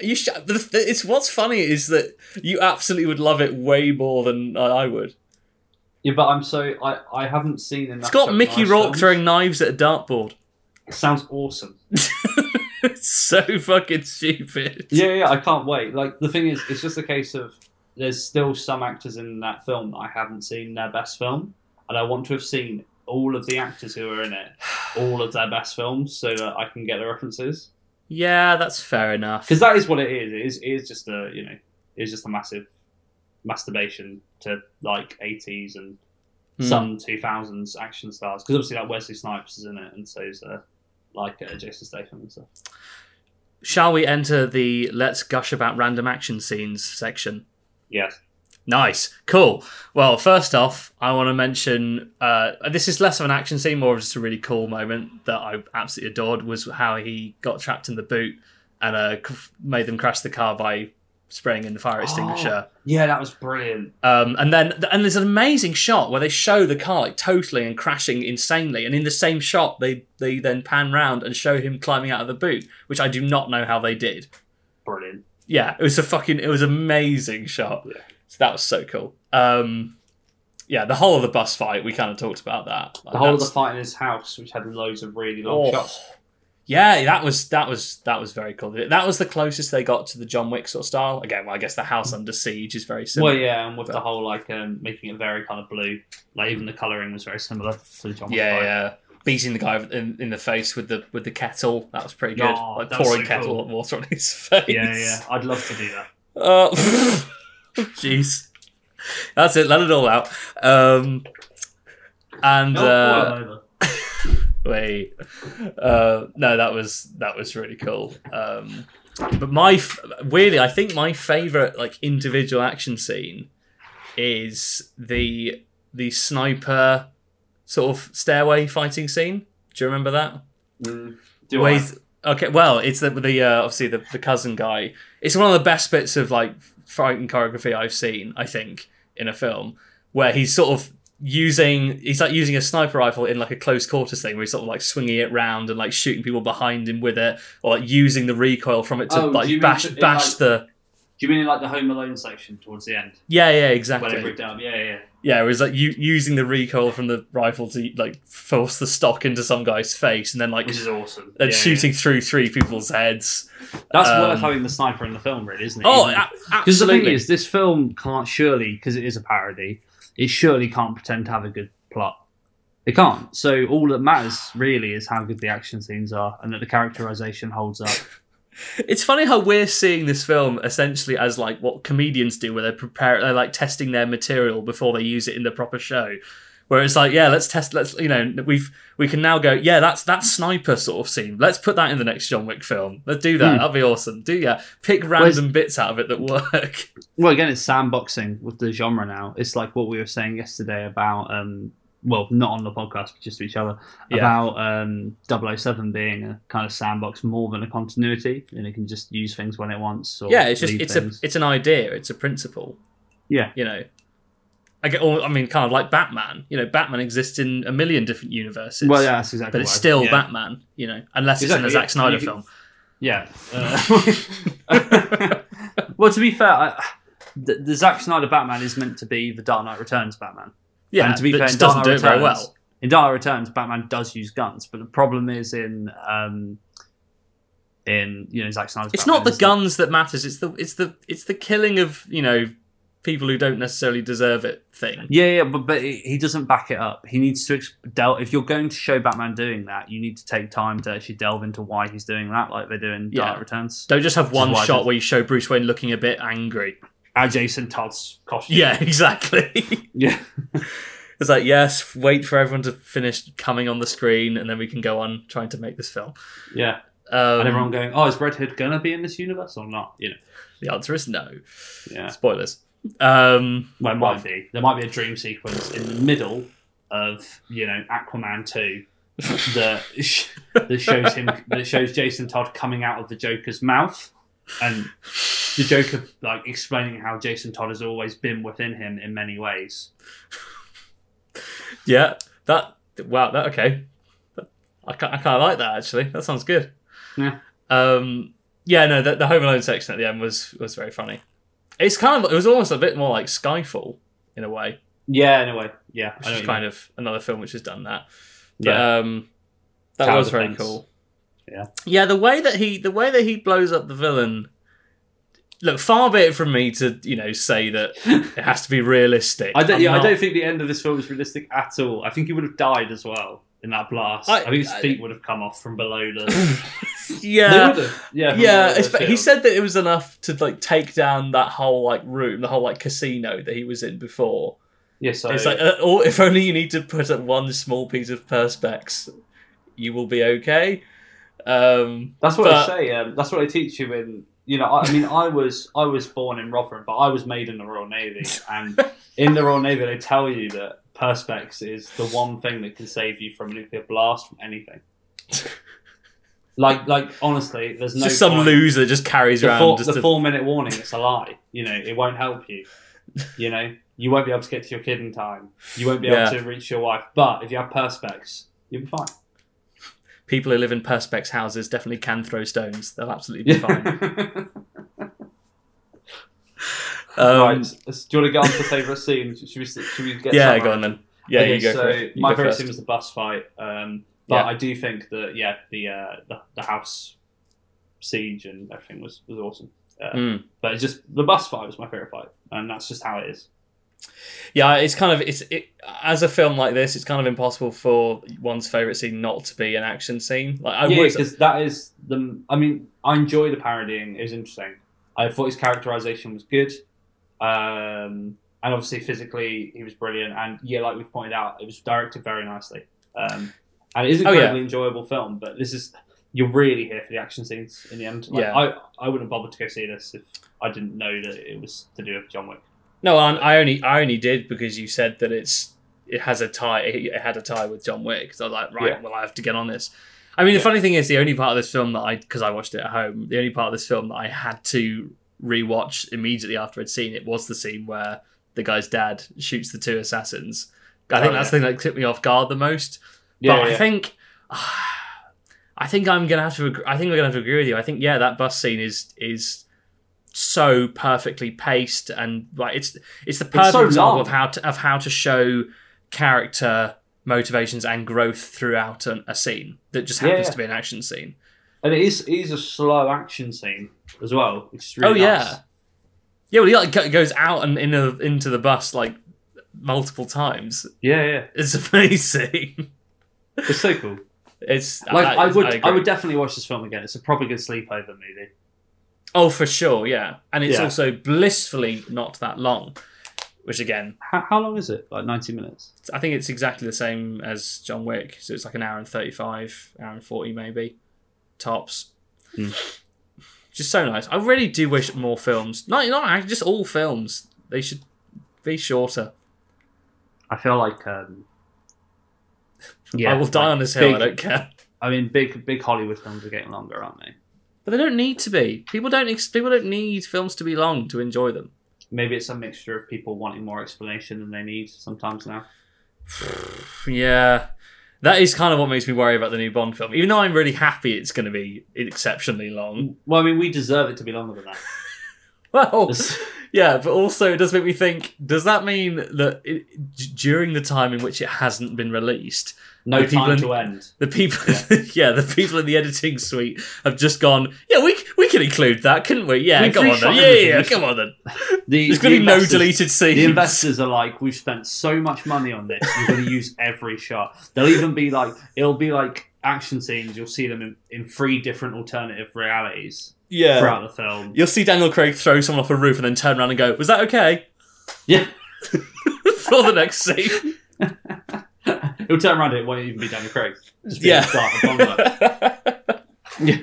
[SPEAKER 7] You sh- the- the- it's what's funny is that you absolutely would love it way more than I I would.
[SPEAKER 6] Yeah, but I'm so I I haven't seen enough.
[SPEAKER 7] It's got
[SPEAKER 6] Chuck
[SPEAKER 7] Mickey
[SPEAKER 6] Norris
[SPEAKER 7] Rourke
[SPEAKER 6] films.
[SPEAKER 7] throwing knives at a dartboard. (laughs)
[SPEAKER 6] Sounds awesome.
[SPEAKER 7] it's so fucking stupid.
[SPEAKER 6] Yeah, yeah, I can't wait. Like the thing is, it's just a case of there's still some actors in that film that I haven't seen their best film, and I want to have seen all of the actors who are in it, all of their best films, so that I can get the references.
[SPEAKER 7] Yeah, that's fair enough.
[SPEAKER 6] Because that is what it is. It is, it is just a you know, it's just a massive masturbation to like 80s and
[SPEAKER 7] Hmm.
[SPEAKER 6] some 2000s action stars. Because obviously, like Wesley Snipes is in it, and so's uh, like uh, Jason Statham and stuff.
[SPEAKER 7] Shall we enter the let's gush about random action scenes section?
[SPEAKER 6] Yes.
[SPEAKER 7] Nice, cool. Well, first off, I want to mention uh, this is less of an action scene, more of just a really cool moment that I absolutely adored was how he got trapped in the boot and uh, c- made them crash the car by spraying in the fire extinguisher.
[SPEAKER 6] Yeah, that was brilliant.
[SPEAKER 7] Um, and then and there's an amazing shot where they show the car like totaling and crashing insanely, and in the same shot they they then pan round and show him climbing out of the boot, which I do not know how they did.
[SPEAKER 6] Brilliant.
[SPEAKER 7] Yeah, it was a fucking it was amazing shot.
[SPEAKER 6] Yeah.
[SPEAKER 7] So that was so cool. Um, yeah, the whole of the bus fight we kind of talked about that. Like,
[SPEAKER 6] The whole of the
[SPEAKER 7] that's-
[SPEAKER 6] fight in his house, which had loads of really long
[SPEAKER 7] Oh.
[SPEAKER 6] shots.
[SPEAKER 7] Yeah, that was that was that was very cool. That was the closest they got to the John Wick sort of style. Again, well, I guess the house under siege is very similar.
[SPEAKER 6] well, yeah, and with the
[SPEAKER 7] But-
[SPEAKER 6] whole like um, making it very kind of blue, like even the coloring was very similar to the John Wick
[SPEAKER 7] yeah,
[SPEAKER 6] fight.
[SPEAKER 7] yeah. Beating the guy in, in the face with the with the kettle. That was pretty good.
[SPEAKER 6] Oh,
[SPEAKER 7] like
[SPEAKER 6] that was
[SPEAKER 7] pouring
[SPEAKER 6] so
[SPEAKER 7] kettle
[SPEAKER 6] cool.
[SPEAKER 7] water on his (laughs) face.
[SPEAKER 6] yeah, yeah. I'd love to do that.
[SPEAKER 7] Uh, (laughs) Jeez. That's it. Let it all out. Um, and
[SPEAKER 6] Oh,
[SPEAKER 7] uh, wait, uh, no, that was that was really cool. Um, but my f- weirdly, I think my favorite like individual action scene is the the sniper sort of stairway fighting scene. Do you remember that?
[SPEAKER 6] Do
[SPEAKER 7] Wait,
[SPEAKER 6] I?
[SPEAKER 7] okay. Well, it's the the uh, obviously the, the cousin guy. It's one of the best bits of like fight and choreography I've seen. I think in a film where he's sort of using he's like using a sniper rifle in like a close quarters thing where he's sort of like swinging it round and like shooting people behind him with it or like using the recoil from it to
[SPEAKER 6] Oh, do you
[SPEAKER 7] like
[SPEAKER 6] mean
[SPEAKER 7] bash
[SPEAKER 6] to- it,
[SPEAKER 7] bash
[SPEAKER 6] like-
[SPEAKER 7] the
[SPEAKER 6] Do you mean in, like the Home Alone section towards the end
[SPEAKER 7] yeah yeah
[SPEAKER 6] when they
[SPEAKER 7] exactly
[SPEAKER 6] ripped it up? Yeah, yeah.
[SPEAKER 7] yeah it was like u- using the recoil from the rifle to like force the stock into some guy's face and then like
[SPEAKER 6] Which is awesome.
[SPEAKER 7] and
[SPEAKER 6] Yeah,
[SPEAKER 7] shooting through three people's heads
[SPEAKER 6] yeah. That's
[SPEAKER 7] um,
[SPEAKER 6] worth having the sniper in the film, really, isn't it?
[SPEAKER 7] oh
[SPEAKER 6] Even-
[SPEAKER 7] a-
[SPEAKER 6] Because the
[SPEAKER 7] absolutely
[SPEAKER 6] thing is, this film can't surely, because it is a parody, it surely can't pretend to have a good plot. It can't. So all that matters really is how good the action scenes are and that the characterization holds up.
[SPEAKER 7] It's funny how we're seeing this film essentially as like what comedians do, where they prepare, they're like testing their material before they use it in the proper show. Where it's like, yeah, let's test, let's you know, we've we can now go, yeah, that's that sniper sort of scene. Let's put that in the next John Wick film. Let's do that.
[SPEAKER 6] Hmm.
[SPEAKER 7] That'd be awesome. Do yeah, pick random bits out of it that
[SPEAKER 6] (laughs)
[SPEAKER 7] work.
[SPEAKER 6] well, again, it's sandboxing with the genre now. It's like what we were saying yesterday about, um, well, not on the podcast, but just to each other,
[SPEAKER 7] Yeah.
[SPEAKER 6] about um, 007 being a kind of sandbox more than a continuity and it can just use things when it wants. Or
[SPEAKER 7] yeah, it's just
[SPEAKER 6] leave
[SPEAKER 7] it's
[SPEAKER 6] things.
[SPEAKER 7] a it's an idea, it's a principle.
[SPEAKER 6] Yeah.
[SPEAKER 7] you know. I get, or, I mean, kind of like Batman. You know, Batman exists in a million different universes.
[SPEAKER 6] Well, yeah, that's exactly
[SPEAKER 7] but it's
[SPEAKER 6] what I-
[SPEAKER 7] still
[SPEAKER 6] yeah.
[SPEAKER 7] Batman. You know, unless
[SPEAKER 6] Exactly,
[SPEAKER 7] it's in a
[SPEAKER 6] yeah.
[SPEAKER 7] Zack Snyder
[SPEAKER 6] You can-
[SPEAKER 7] film.
[SPEAKER 6] Yeah. Uh, (laughs) well, to be fair, I, the, the Zack Snyder Batman is meant to be the Dark Knight Returns Batman.
[SPEAKER 7] (laughs) Yeah,
[SPEAKER 6] and to be
[SPEAKER 7] but
[SPEAKER 6] fair, in
[SPEAKER 7] just doesn't
[SPEAKER 6] Dark
[SPEAKER 7] do
[SPEAKER 6] Knight
[SPEAKER 7] it very
[SPEAKER 6] Returns-
[SPEAKER 7] well.
[SPEAKER 6] In Dark Knight Returns, Batman does use guns, but the problem is in um, in you know Zack Snyder's.
[SPEAKER 7] It's
[SPEAKER 6] Batman
[SPEAKER 7] not the
[SPEAKER 6] is
[SPEAKER 7] guns that matters. It's the it's the it's the killing of you know people who don't necessarily deserve it thing.
[SPEAKER 6] Yeah, yeah, but but he doesn't back it up. He needs to ex- delve. If you're going to show Batman doing that, you need to take time to actually delve into why he's doing that, like they do in Dark
[SPEAKER 7] Yeah.
[SPEAKER 6] Knight Returns.
[SPEAKER 7] Don't just have
[SPEAKER 6] Which is
[SPEAKER 7] one
[SPEAKER 6] why I
[SPEAKER 7] shot
[SPEAKER 6] did-
[SPEAKER 7] where you show Bruce Wayne looking a bit angry.
[SPEAKER 6] Our Jason Todd's costume.
[SPEAKER 7] Yeah, (laughs) exactly.
[SPEAKER 6] (laughs) yeah.
[SPEAKER 7] (laughs) it's like yes, wait for everyone to finish coming on the screen, and then we can go on trying to make this film.
[SPEAKER 6] Yeah.
[SPEAKER 7] Um,
[SPEAKER 6] and everyone going, "Oh, is Red Hood gonna be in this universe or not?" You know,
[SPEAKER 7] the answer is no.
[SPEAKER 6] yeah,
[SPEAKER 7] Spoilers. Um,
[SPEAKER 6] well, it might be. There might be a dream sequence in the middle of you know
[SPEAKER 7] (laughs)
[SPEAKER 6] Aquaman two that sh- that shows him that shows Jason Todd coming out of the Joker's mouth and the Joker like explaining how Jason Todd has always been within him in many ways.
[SPEAKER 7] yeah, that wow, that okay. I kind I kind of like that actually. That sounds good.
[SPEAKER 6] Yeah.
[SPEAKER 7] Um, yeah, no, the, the Home Alone section at the end was was very funny. It's kind of it was almost a bit more like Skyfall in a way,
[SPEAKER 6] Yeah, in a way, yeah,
[SPEAKER 7] which is
[SPEAKER 6] kind
[SPEAKER 7] kind of another film which has done that. But,
[SPEAKER 6] Yeah.
[SPEAKER 7] um, That
[SPEAKER 6] tower
[SPEAKER 7] was very
[SPEAKER 6] defense.
[SPEAKER 7] cool.
[SPEAKER 6] Yeah.
[SPEAKER 7] Yeah, the way that he the way that he blows up the villain. Look, far be it from me to you know say
[SPEAKER 6] (laughs)
[SPEAKER 7] that it has to be realistic.
[SPEAKER 6] I don't.
[SPEAKER 7] I'm
[SPEAKER 6] Yeah,
[SPEAKER 7] not-
[SPEAKER 6] I don't (laughs) think the end of this film is realistic at all. I think he would have died as well in that blast.
[SPEAKER 7] I-
[SPEAKER 6] I, think his
[SPEAKER 7] I-
[SPEAKER 6] feet would have come off from below the. They
[SPEAKER 7] (laughs) (laughs) Yeah.
[SPEAKER 6] would have. Yeah. from
[SPEAKER 7] Yeah,
[SPEAKER 6] below the
[SPEAKER 7] it's- he
[SPEAKER 6] shield.
[SPEAKER 7] said that it was enough to like take down that whole like room, the whole like casino that he was in before.
[SPEAKER 6] Yeah, so
[SPEAKER 7] It's like, uh, or if only you need to put up one small piece of perspex, you will be okay. Um,
[SPEAKER 6] that's what
[SPEAKER 7] but-
[SPEAKER 6] I say. Um, that's what I teach you in. You know, I, I mean, I was I was born in Rotherham, but I was made in the Royal Navy,
[SPEAKER 7] (laughs)
[SPEAKER 6] and in the Royal Navy, they tell you that perspex is the one thing that can save you from a nuclear blast from
[SPEAKER 7] (laughs)
[SPEAKER 6] anything. like, like honestly, there's no
[SPEAKER 7] just some
[SPEAKER 6] point.
[SPEAKER 7] loser just carries
[SPEAKER 6] the,
[SPEAKER 7] around
[SPEAKER 6] four,
[SPEAKER 7] just
[SPEAKER 6] the
[SPEAKER 7] a-
[SPEAKER 6] four minute warning it's a lie you know it won't help you you know you won't be able to get to your kid in time you won't be
[SPEAKER 7] Yeah.
[SPEAKER 6] able to reach your wife but if you have perspex you'll be
[SPEAKER 7] (laughs)
[SPEAKER 6] fine
[SPEAKER 7] people who live in perspex houses definitely can throw stones. They'll absolutely be
[SPEAKER 6] you're (laughs)
[SPEAKER 7] fine.
[SPEAKER 6] fine
[SPEAKER 7] Um,
[SPEAKER 6] right so do you want to get on to favourite scene should we, should we get
[SPEAKER 7] Yeah,
[SPEAKER 6] summarised?
[SPEAKER 7] go on then. Yeah,
[SPEAKER 6] Okay,
[SPEAKER 7] you go.
[SPEAKER 6] so
[SPEAKER 7] for it. You
[SPEAKER 6] my
[SPEAKER 7] go
[SPEAKER 6] favourite
[SPEAKER 7] first.
[SPEAKER 6] scene was the bus fight um, but
[SPEAKER 7] Yeah.
[SPEAKER 6] I do think that yeah the, uh, the the house siege and everything was, was awesome uh,
[SPEAKER 7] Mm.
[SPEAKER 6] but it's just the bus fight was my favourite fight and that's just how it is
[SPEAKER 7] Yeah, it's kind of it's it, as a film like this, it's kind of impossible for one's favorite scene not to be an action scene. Like I
[SPEAKER 6] yeah,
[SPEAKER 7] would,
[SPEAKER 6] because that is the. I mean, I enjoy the parodying. It was interesting. I thought his characterization was good, um, and obviously physically he was brilliant. And yeah, like we've pointed out, it was directed very nicely. Um, and it is an
[SPEAKER 7] Oh, yeah.
[SPEAKER 6] incredibly enjoyable film. But this is you're really here for the action scenes in the end. Like,
[SPEAKER 7] Yeah.
[SPEAKER 6] I I wouldn't bother to go see this if I didn't know that it was to do with John Wick.
[SPEAKER 7] no, I, I only I only did because you said that it's it has a tie. It, it had a tie with John Wick. So I was like, right,
[SPEAKER 6] Yeah.
[SPEAKER 7] well, I have to get on this. I mean, the funny thing is, the only part of this film that I because I watched it at home, the only part of this film that I had to rewatch immediately after I'd seen it was the scene where the guy's dad shoots the two assassins. I think
[SPEAKER 6] Oh,
[SPEAKER 7] that's the
[SPEAKER 6] yeah.
[SPEAKER 7] thing that took me off guard the most. but I think, (sighs) I think I'm gonna have to. Agree, I think we're gonna have to agree with you. I think yeah, that bus scene is is so perfectly paced and like it's it's the perfect
[SPEAKER 6] so
[SPEAKER 7] example
[SPEAKER 6] long.
[SPEAKER 7] of how to of how to show character motivations and growth throughout an, a scene that just
[SPEAKER 6] Yeah,
[SPEAKER 7] happens
[SPEAKER 6] yeah.
[SPEAKER 7] to be an action scene.
[SPEAKER 6] and it is it is a slow action scene as well, which is
[SPEAKER 7] oh
[SPEAKER 6] really
[SPEAKER 7] yeah,
[SPEAKER 6] nice.
[SPEAKER 7] yeah. Well, he like go- goes out and in a, into the bus like multiple times.
[SPEAKER 6] yeah, yeah,
[SPEAKER 7] It's (laughs) amazing.
[SPEAKER 6] it's so cool.
[SPEAKER 7] It's
[SPEAKER 6] like I, would, I,
[SPEAKER 7] agree.
[SPEAKER 6] would definitely watch this film again. It's a proper good sleepover movie.
[SPEAKER 7] Oh, for sure, yeah. And it's
[SPEAKER 6] Yeah.
[SPEAKER 7] also blissfully not that long, which again,
[SPEAKER 6] How, how long is it? Like ninety minutes.
[SPEAKER 7] I think it's exactly the same as John Wick. So it's like an hour and 35, hour and 40 maybe, tops. Hmm.
[SPEAKER 6] Mm.
[SPEAKER 7] Just so nice. I really do wish more films, not, not act- just all films, they should be shorter.
[SPEAKER 6] I feel like um,
[SPEAKER 7] I will die
[SPEAKER 6] like
[SPEAKER 7] on this hill, I
[SPEAKER 6] big-
[SPEAKER 7] don't care.
[SPEAKER 6] I mean, big big Hollywood films are getting longer, aren't they?
[SPEAKER 7] But they don't need to be. People don't ex- people don't need films to be long to enjoy them.
[SPEAKER 6] Maybe it's a mixture of people wanting more explanation than they need sometimes now.
[SPEAKER 7] Yeah. That is kind of what makes me worry about the new Bond film. Even though I'm really happy it's going to be exceptionally long.
[SPEAKER 6] Well, I mean, we deserve it to be longer than that.
[SPEAKER 7] Well,
[SPEAKER 6] It's-
[SPEAKER 7] yeah, but also it does make me think does that mean that it, d- during the time in which it hasn't been released,
[SPEAKER 6] No
[SPEAKER 7] The people
[SPEAKER 6] time
[SPEAKER 7] in-
[SPEAKER 6] to end.
[SPEAKER 7] the people (laughs) yeah. the people in the editing suite have just gone, yeah, we c- we can include that, couldn't we? Yeah,
[SPEAKER 6] We
[SPEAKER 7] come on then.
[SPEAKER 6] pre-shot
[SPEAKER 7] Yeah, yeah, yeah,
[SPEAKER 6] everything.
[SPEAKER 7] come on then.
[SPEAKER 6] The,
[SPEAKER 7] There's going to
[SPEAKER 6] the
[SPEAKER 7] be no
[SPEAKER 6] investors-
[SPEAKER 7] deleted scenes.
[SPEAKER 6] The investors are like, we've spent so much money on this, you're going to use every shot. They'll even be like, it'll be like action scenes. You'll see them in, in three different alternative realities
[SPEAKER 7] yeah.
[SPEAKER 6] (laughs) throughout the film.
[SPEAKER 7] You'll see Daniel Craig throw someone off a roof and then turn around and go, "Was that okay?"
[SPEAKER 6] Yeah.
[SPEAKER 7] (laughs) for the next scene.
[SPEAKER 6] He'll turn around and it won't even be Daniel Craig. Just be
[SPEAKER 7] Yeah.
[SPEAKER 6] yeah. the start of Bond. Yeah.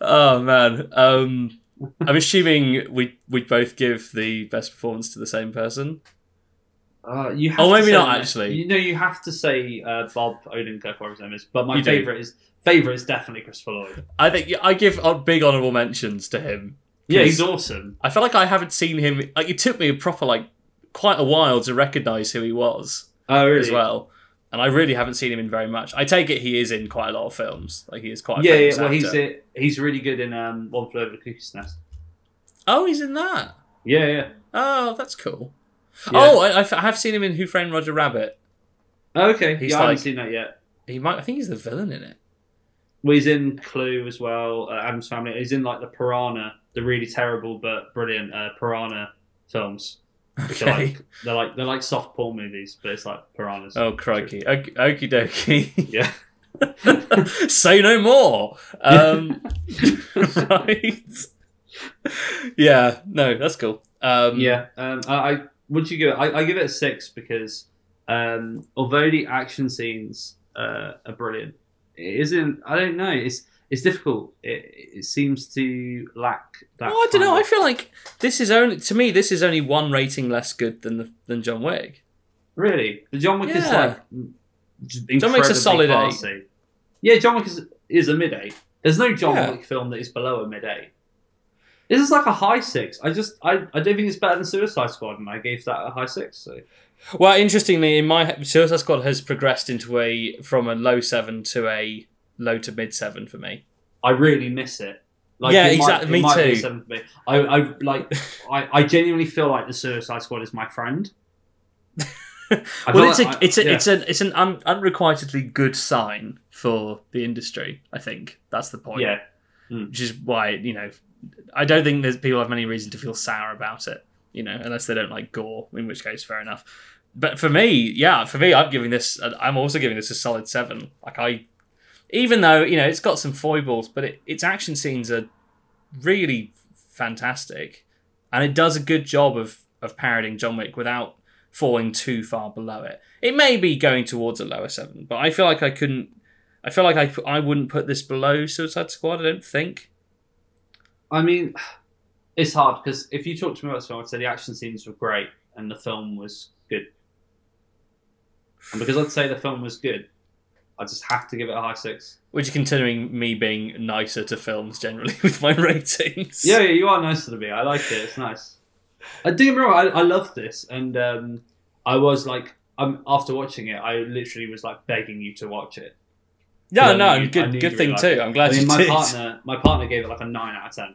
[SPEAKER 7] Oh man. Um, I'm assuming we we both give the best performance to the same person.
[SPEAKER 6] (laughs) Uh, you have
[SPEAKER 7] Oh,
[SPEAKER 6] to
[SPEAKER 7] maybe
[SPEAKER 6] say-
[SPEAKER 7] not, actually.
[SPEAKER 6] You know, you have to say uh, Bob Odenkirk, whatever his name is. But my
[SPEAKER 7] You do.
[SPEAKER 6] favorite is favorite is definitely Christopher Lloyd.
[SPEAKER 7] I think yeah, I give uh, big honourable mentions to him.
[SPEAKER 6] Yeah,
[SPEAKER 7] Yes.
[SPEAKER 6] he's awesome.
[SPEAKER 7] I feel like I haven't seen him. Like it took me a proper like quite a while to recognise who he was
[SPEAKER 6] Oh, really?
[SPEAKER 7] as well. And I really haven't seen him in very much. I take it he is in quite a lot of films. Like he is quite. A
[SPEAKER 6] Yeah,
[SPEAKER 7] famous
[SPEAKER 6] yeah. Well, he's
[SPEAKER 7] actor.
[SPEAKER 6] it, he's really good in um, One Flew Over the Cuckoo's Nest.
[SPEAKER 7] Oh, he's in that.
[SPEAKER 6] Yeah, yeah.
[SPEAKER 7] Oh, that's cool.
[SPEAKER 6] Yeah.
[SPEAKER 7] Oh, I, I f- I have seen him in Who Framed Roger Rabbit.
[SPEAKER 6] Okay,
[SPEAKER 7] He's
[SPEAKER 6] yeah, I
[SPEAKER 7] like-
[SPEAKER 6] haven't seen that yet.
[SPEAKER 7] He might. I think he's the villain in it.
[SPEAKER 6] Well, he's in Clue as well. Uh, Adam's Family. He's in like the Piranha, the really terrible but brilliant uh, Piranha films. Which are
[SPEAKER 7] Okay.
[SPEAKER 6] like they're like they're like soft porn movies, but it's like piranhas.
[SPEAKER 7] Oh crikey! Ok- Okie dokie. (laughs)
[SPEAKER 6] Yeah.
[SPEAKER 7] Say no more.
[SPEAKER 6] (laughs)
[SPEAKER 7] Um, right. yeah. No, that's cool. Um,
[SPEAKER 6] Yeah, um, I, I would you give it? I, I give it a six because um, although the action scenes uh, are brilliant, it isn't. I don't know. It's it's difficult. It, it seems to lack that.
[SPEAKER 7] Oh, I don't
[SPEAKER 6] kind
[SPEAKER 7] know. I
[SPEAKER 6] of-
[SPEAKER 7] feel like this is only to me. This is only one rating less good than the, than John Wick.
[SPEAKER 6] really the John Wick is
[SPEAKER 7] Yeah.
[SPEAKER 6] like just
[SPEAKER 7] John Wick's a
[SPEAKER 6] incredibly
[SPEAKER 7] solid eight.
[SPEAKER 6] classy. Yeah, John Wick is, is a mid eight. There's no John
[SPEAKER 7] Yeah.
[SPEAKER 6] Wick film that is below a mid eight. This is like a high six. I just I, I don't think it's better than Suicide Squad, and I gave that a high six. So
[SPEAKER 7] Well, interestingly, in my Suicide Squad has progressed into a from a low seven to a low to mid seven for me.
[SPEAKER 6] I really miss it.
[SPEAKER 7] Yeah,
[SPEAKER 6] it
[SPEAKER 7] exact-
[SPEAKER 6] it
[SPEAKER 7] me
[SPEAKER 6] be
[SPEAKER 7] too.
[SPEAKER 6] something for me. I, I
[SPEAKER 7] (laughs)
[SPEAKER 6] like. I, I genuinely feel like the Suicide Squad is my friend. I feel
[SPEAKER 7] well, it's a,
[SPEAKER 6] like I-
[SPEAKER 7] it's a,
[SPEAKER 6] yeah.
[SPEAKER 7] it's an it's an un, unrequitedly good sign for the industry. I think that's the point.
[SPEAKER 6] yeah.
[SPEAKER 7] which is why you know, I don't think there's people have many reason to feel sour about it. You know, unless they don't like gore, in which case fair enough. But for me, yeah, for me, I'm giving this. I'm also giving this a solid seven. Like I, even though you know it's got some foibles, but it, its action scenes are really fantastic, and it does a good job of of parodying John Wick without falling too far below it. It may be going towards a lower seven, but I feel like I couldn't. I feel like I pu- I wouldn't put this below Suicide Squad. I don't think.
[SPEAKER 6] I mean, it's hard because if you talk to me about this film, I'd say the action scenes were great and the film was good. And because I'd say the film was good, I just have to give it a high six.
[SPEAKER 7] Which is considering me being nicer to films generally (laughs) with my ratings.
[SPEAKER 6] Yeah, yeah, you are nicer to me. I like it. It's nice. Uh, I do remember. I, I love this, and um, I was like, um, after watching it, I literally was like begging you to watch it.
[SPEAKER 7] No,
[SPEAKER 6] Yeah,
[SPEAKER 7] no,
[SPEAKER 6] I knew- I
[SPEAKER 7] good,
[SPEAKER 6] knew
[SPEAKER 7] good
[SPEAKER 6] you
[SPEAKER 7] thing
[SPEAKER 6] liked
[SPEAKER 7] too.
[SPEAKER 6] it.
[SPEAKER 7] I'm glad
[SPEAKER 6] I mean,
[SPEAKER 7] you
[SPEAKER 6] my
[SPEAKER 7] did.
[SPEAKER 6] partner, my partner gave it like a nine out of ten.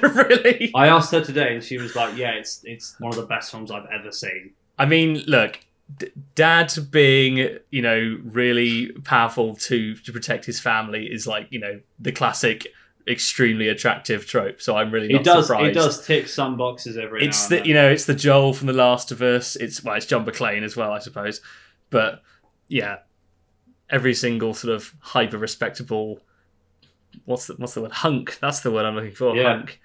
[SPEAKER 7] (laughs) really?
[SPEAKER 6] I asked her today, and she was like, "Yeah, it's it's one of the best films I've ever seen."
[SPEAKER 7] I mean, look, d- dad being, you know, really powerful to to protect his family is like, you know, the classic extremely attractive trope. So I'm really not
[SPEAKER 6] it does.
[SPEAKER 7] surprised.
[SPEAKER 6] It does tick some boxes every.
[SPEAKER 7] It's
[SPEAKER 6] now
[SPEAKER 7] the
[SPEAKER 6] and
[SPEAKER 7] you know, it's the Joel from The Last of Us. It's well, it's John McClane as well, I suppose. But yeah, every single sort of hyper respectable. What's the what's the word? Hunk. That's the word I'm looking for.
[SPEAKER 6] Yeah.
[SPEAKER 7] Hunk.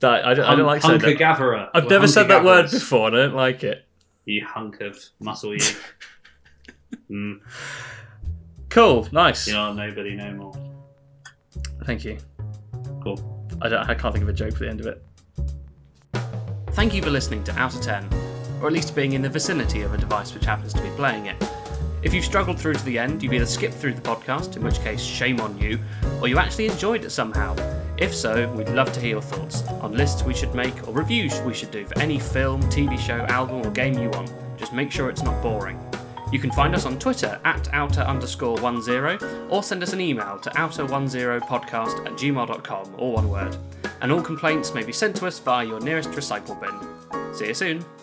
[SPEAKER 7] That I don't, I don't like saying
[SPEAKER 6] hunker
[SPEAKER 7] that.
[SPEAKER 6] gatherer.
[SPEAKER 7] I've
[SPEAKER 6] We're
[SPEAKER 7] never
[SPEAKER 6] hunker
[SPEAKER 7] said that word
[SPEAKER 6] gatherers.
[SPEAKER 7] before. and I don't like it.
[SPEAKER 6] You hunk of muscle, you. (laughs) mm,
[SPEAKER 7] Cool. Nice.
[SPEAKER 6] you are nobody no more.
[SPEAKER 7] Thank you.
[SPEAKER 6] Cool.
[SPEAKER 7] I, don't, I can't think of a joke for the end of it. Thank you for listening to Out of 10, or at least being in the vicinity of a device which happens to be playing it. If you've struggled through to the end, you've either skipped through the podcast, in which case, shame on you, or you actually enjoyed it somehow. If so, we'd love to hear your thoughts on lists we should make or reviews we should do for any film, TV show, album, or game you want. Just make sure it's not boring. You can find us on Twitter at outer underscore one zero or send us an email to outer10podcast at gmail.com, all one word. And all complaints may be sent to us via your nearest recycle bin. See you soon.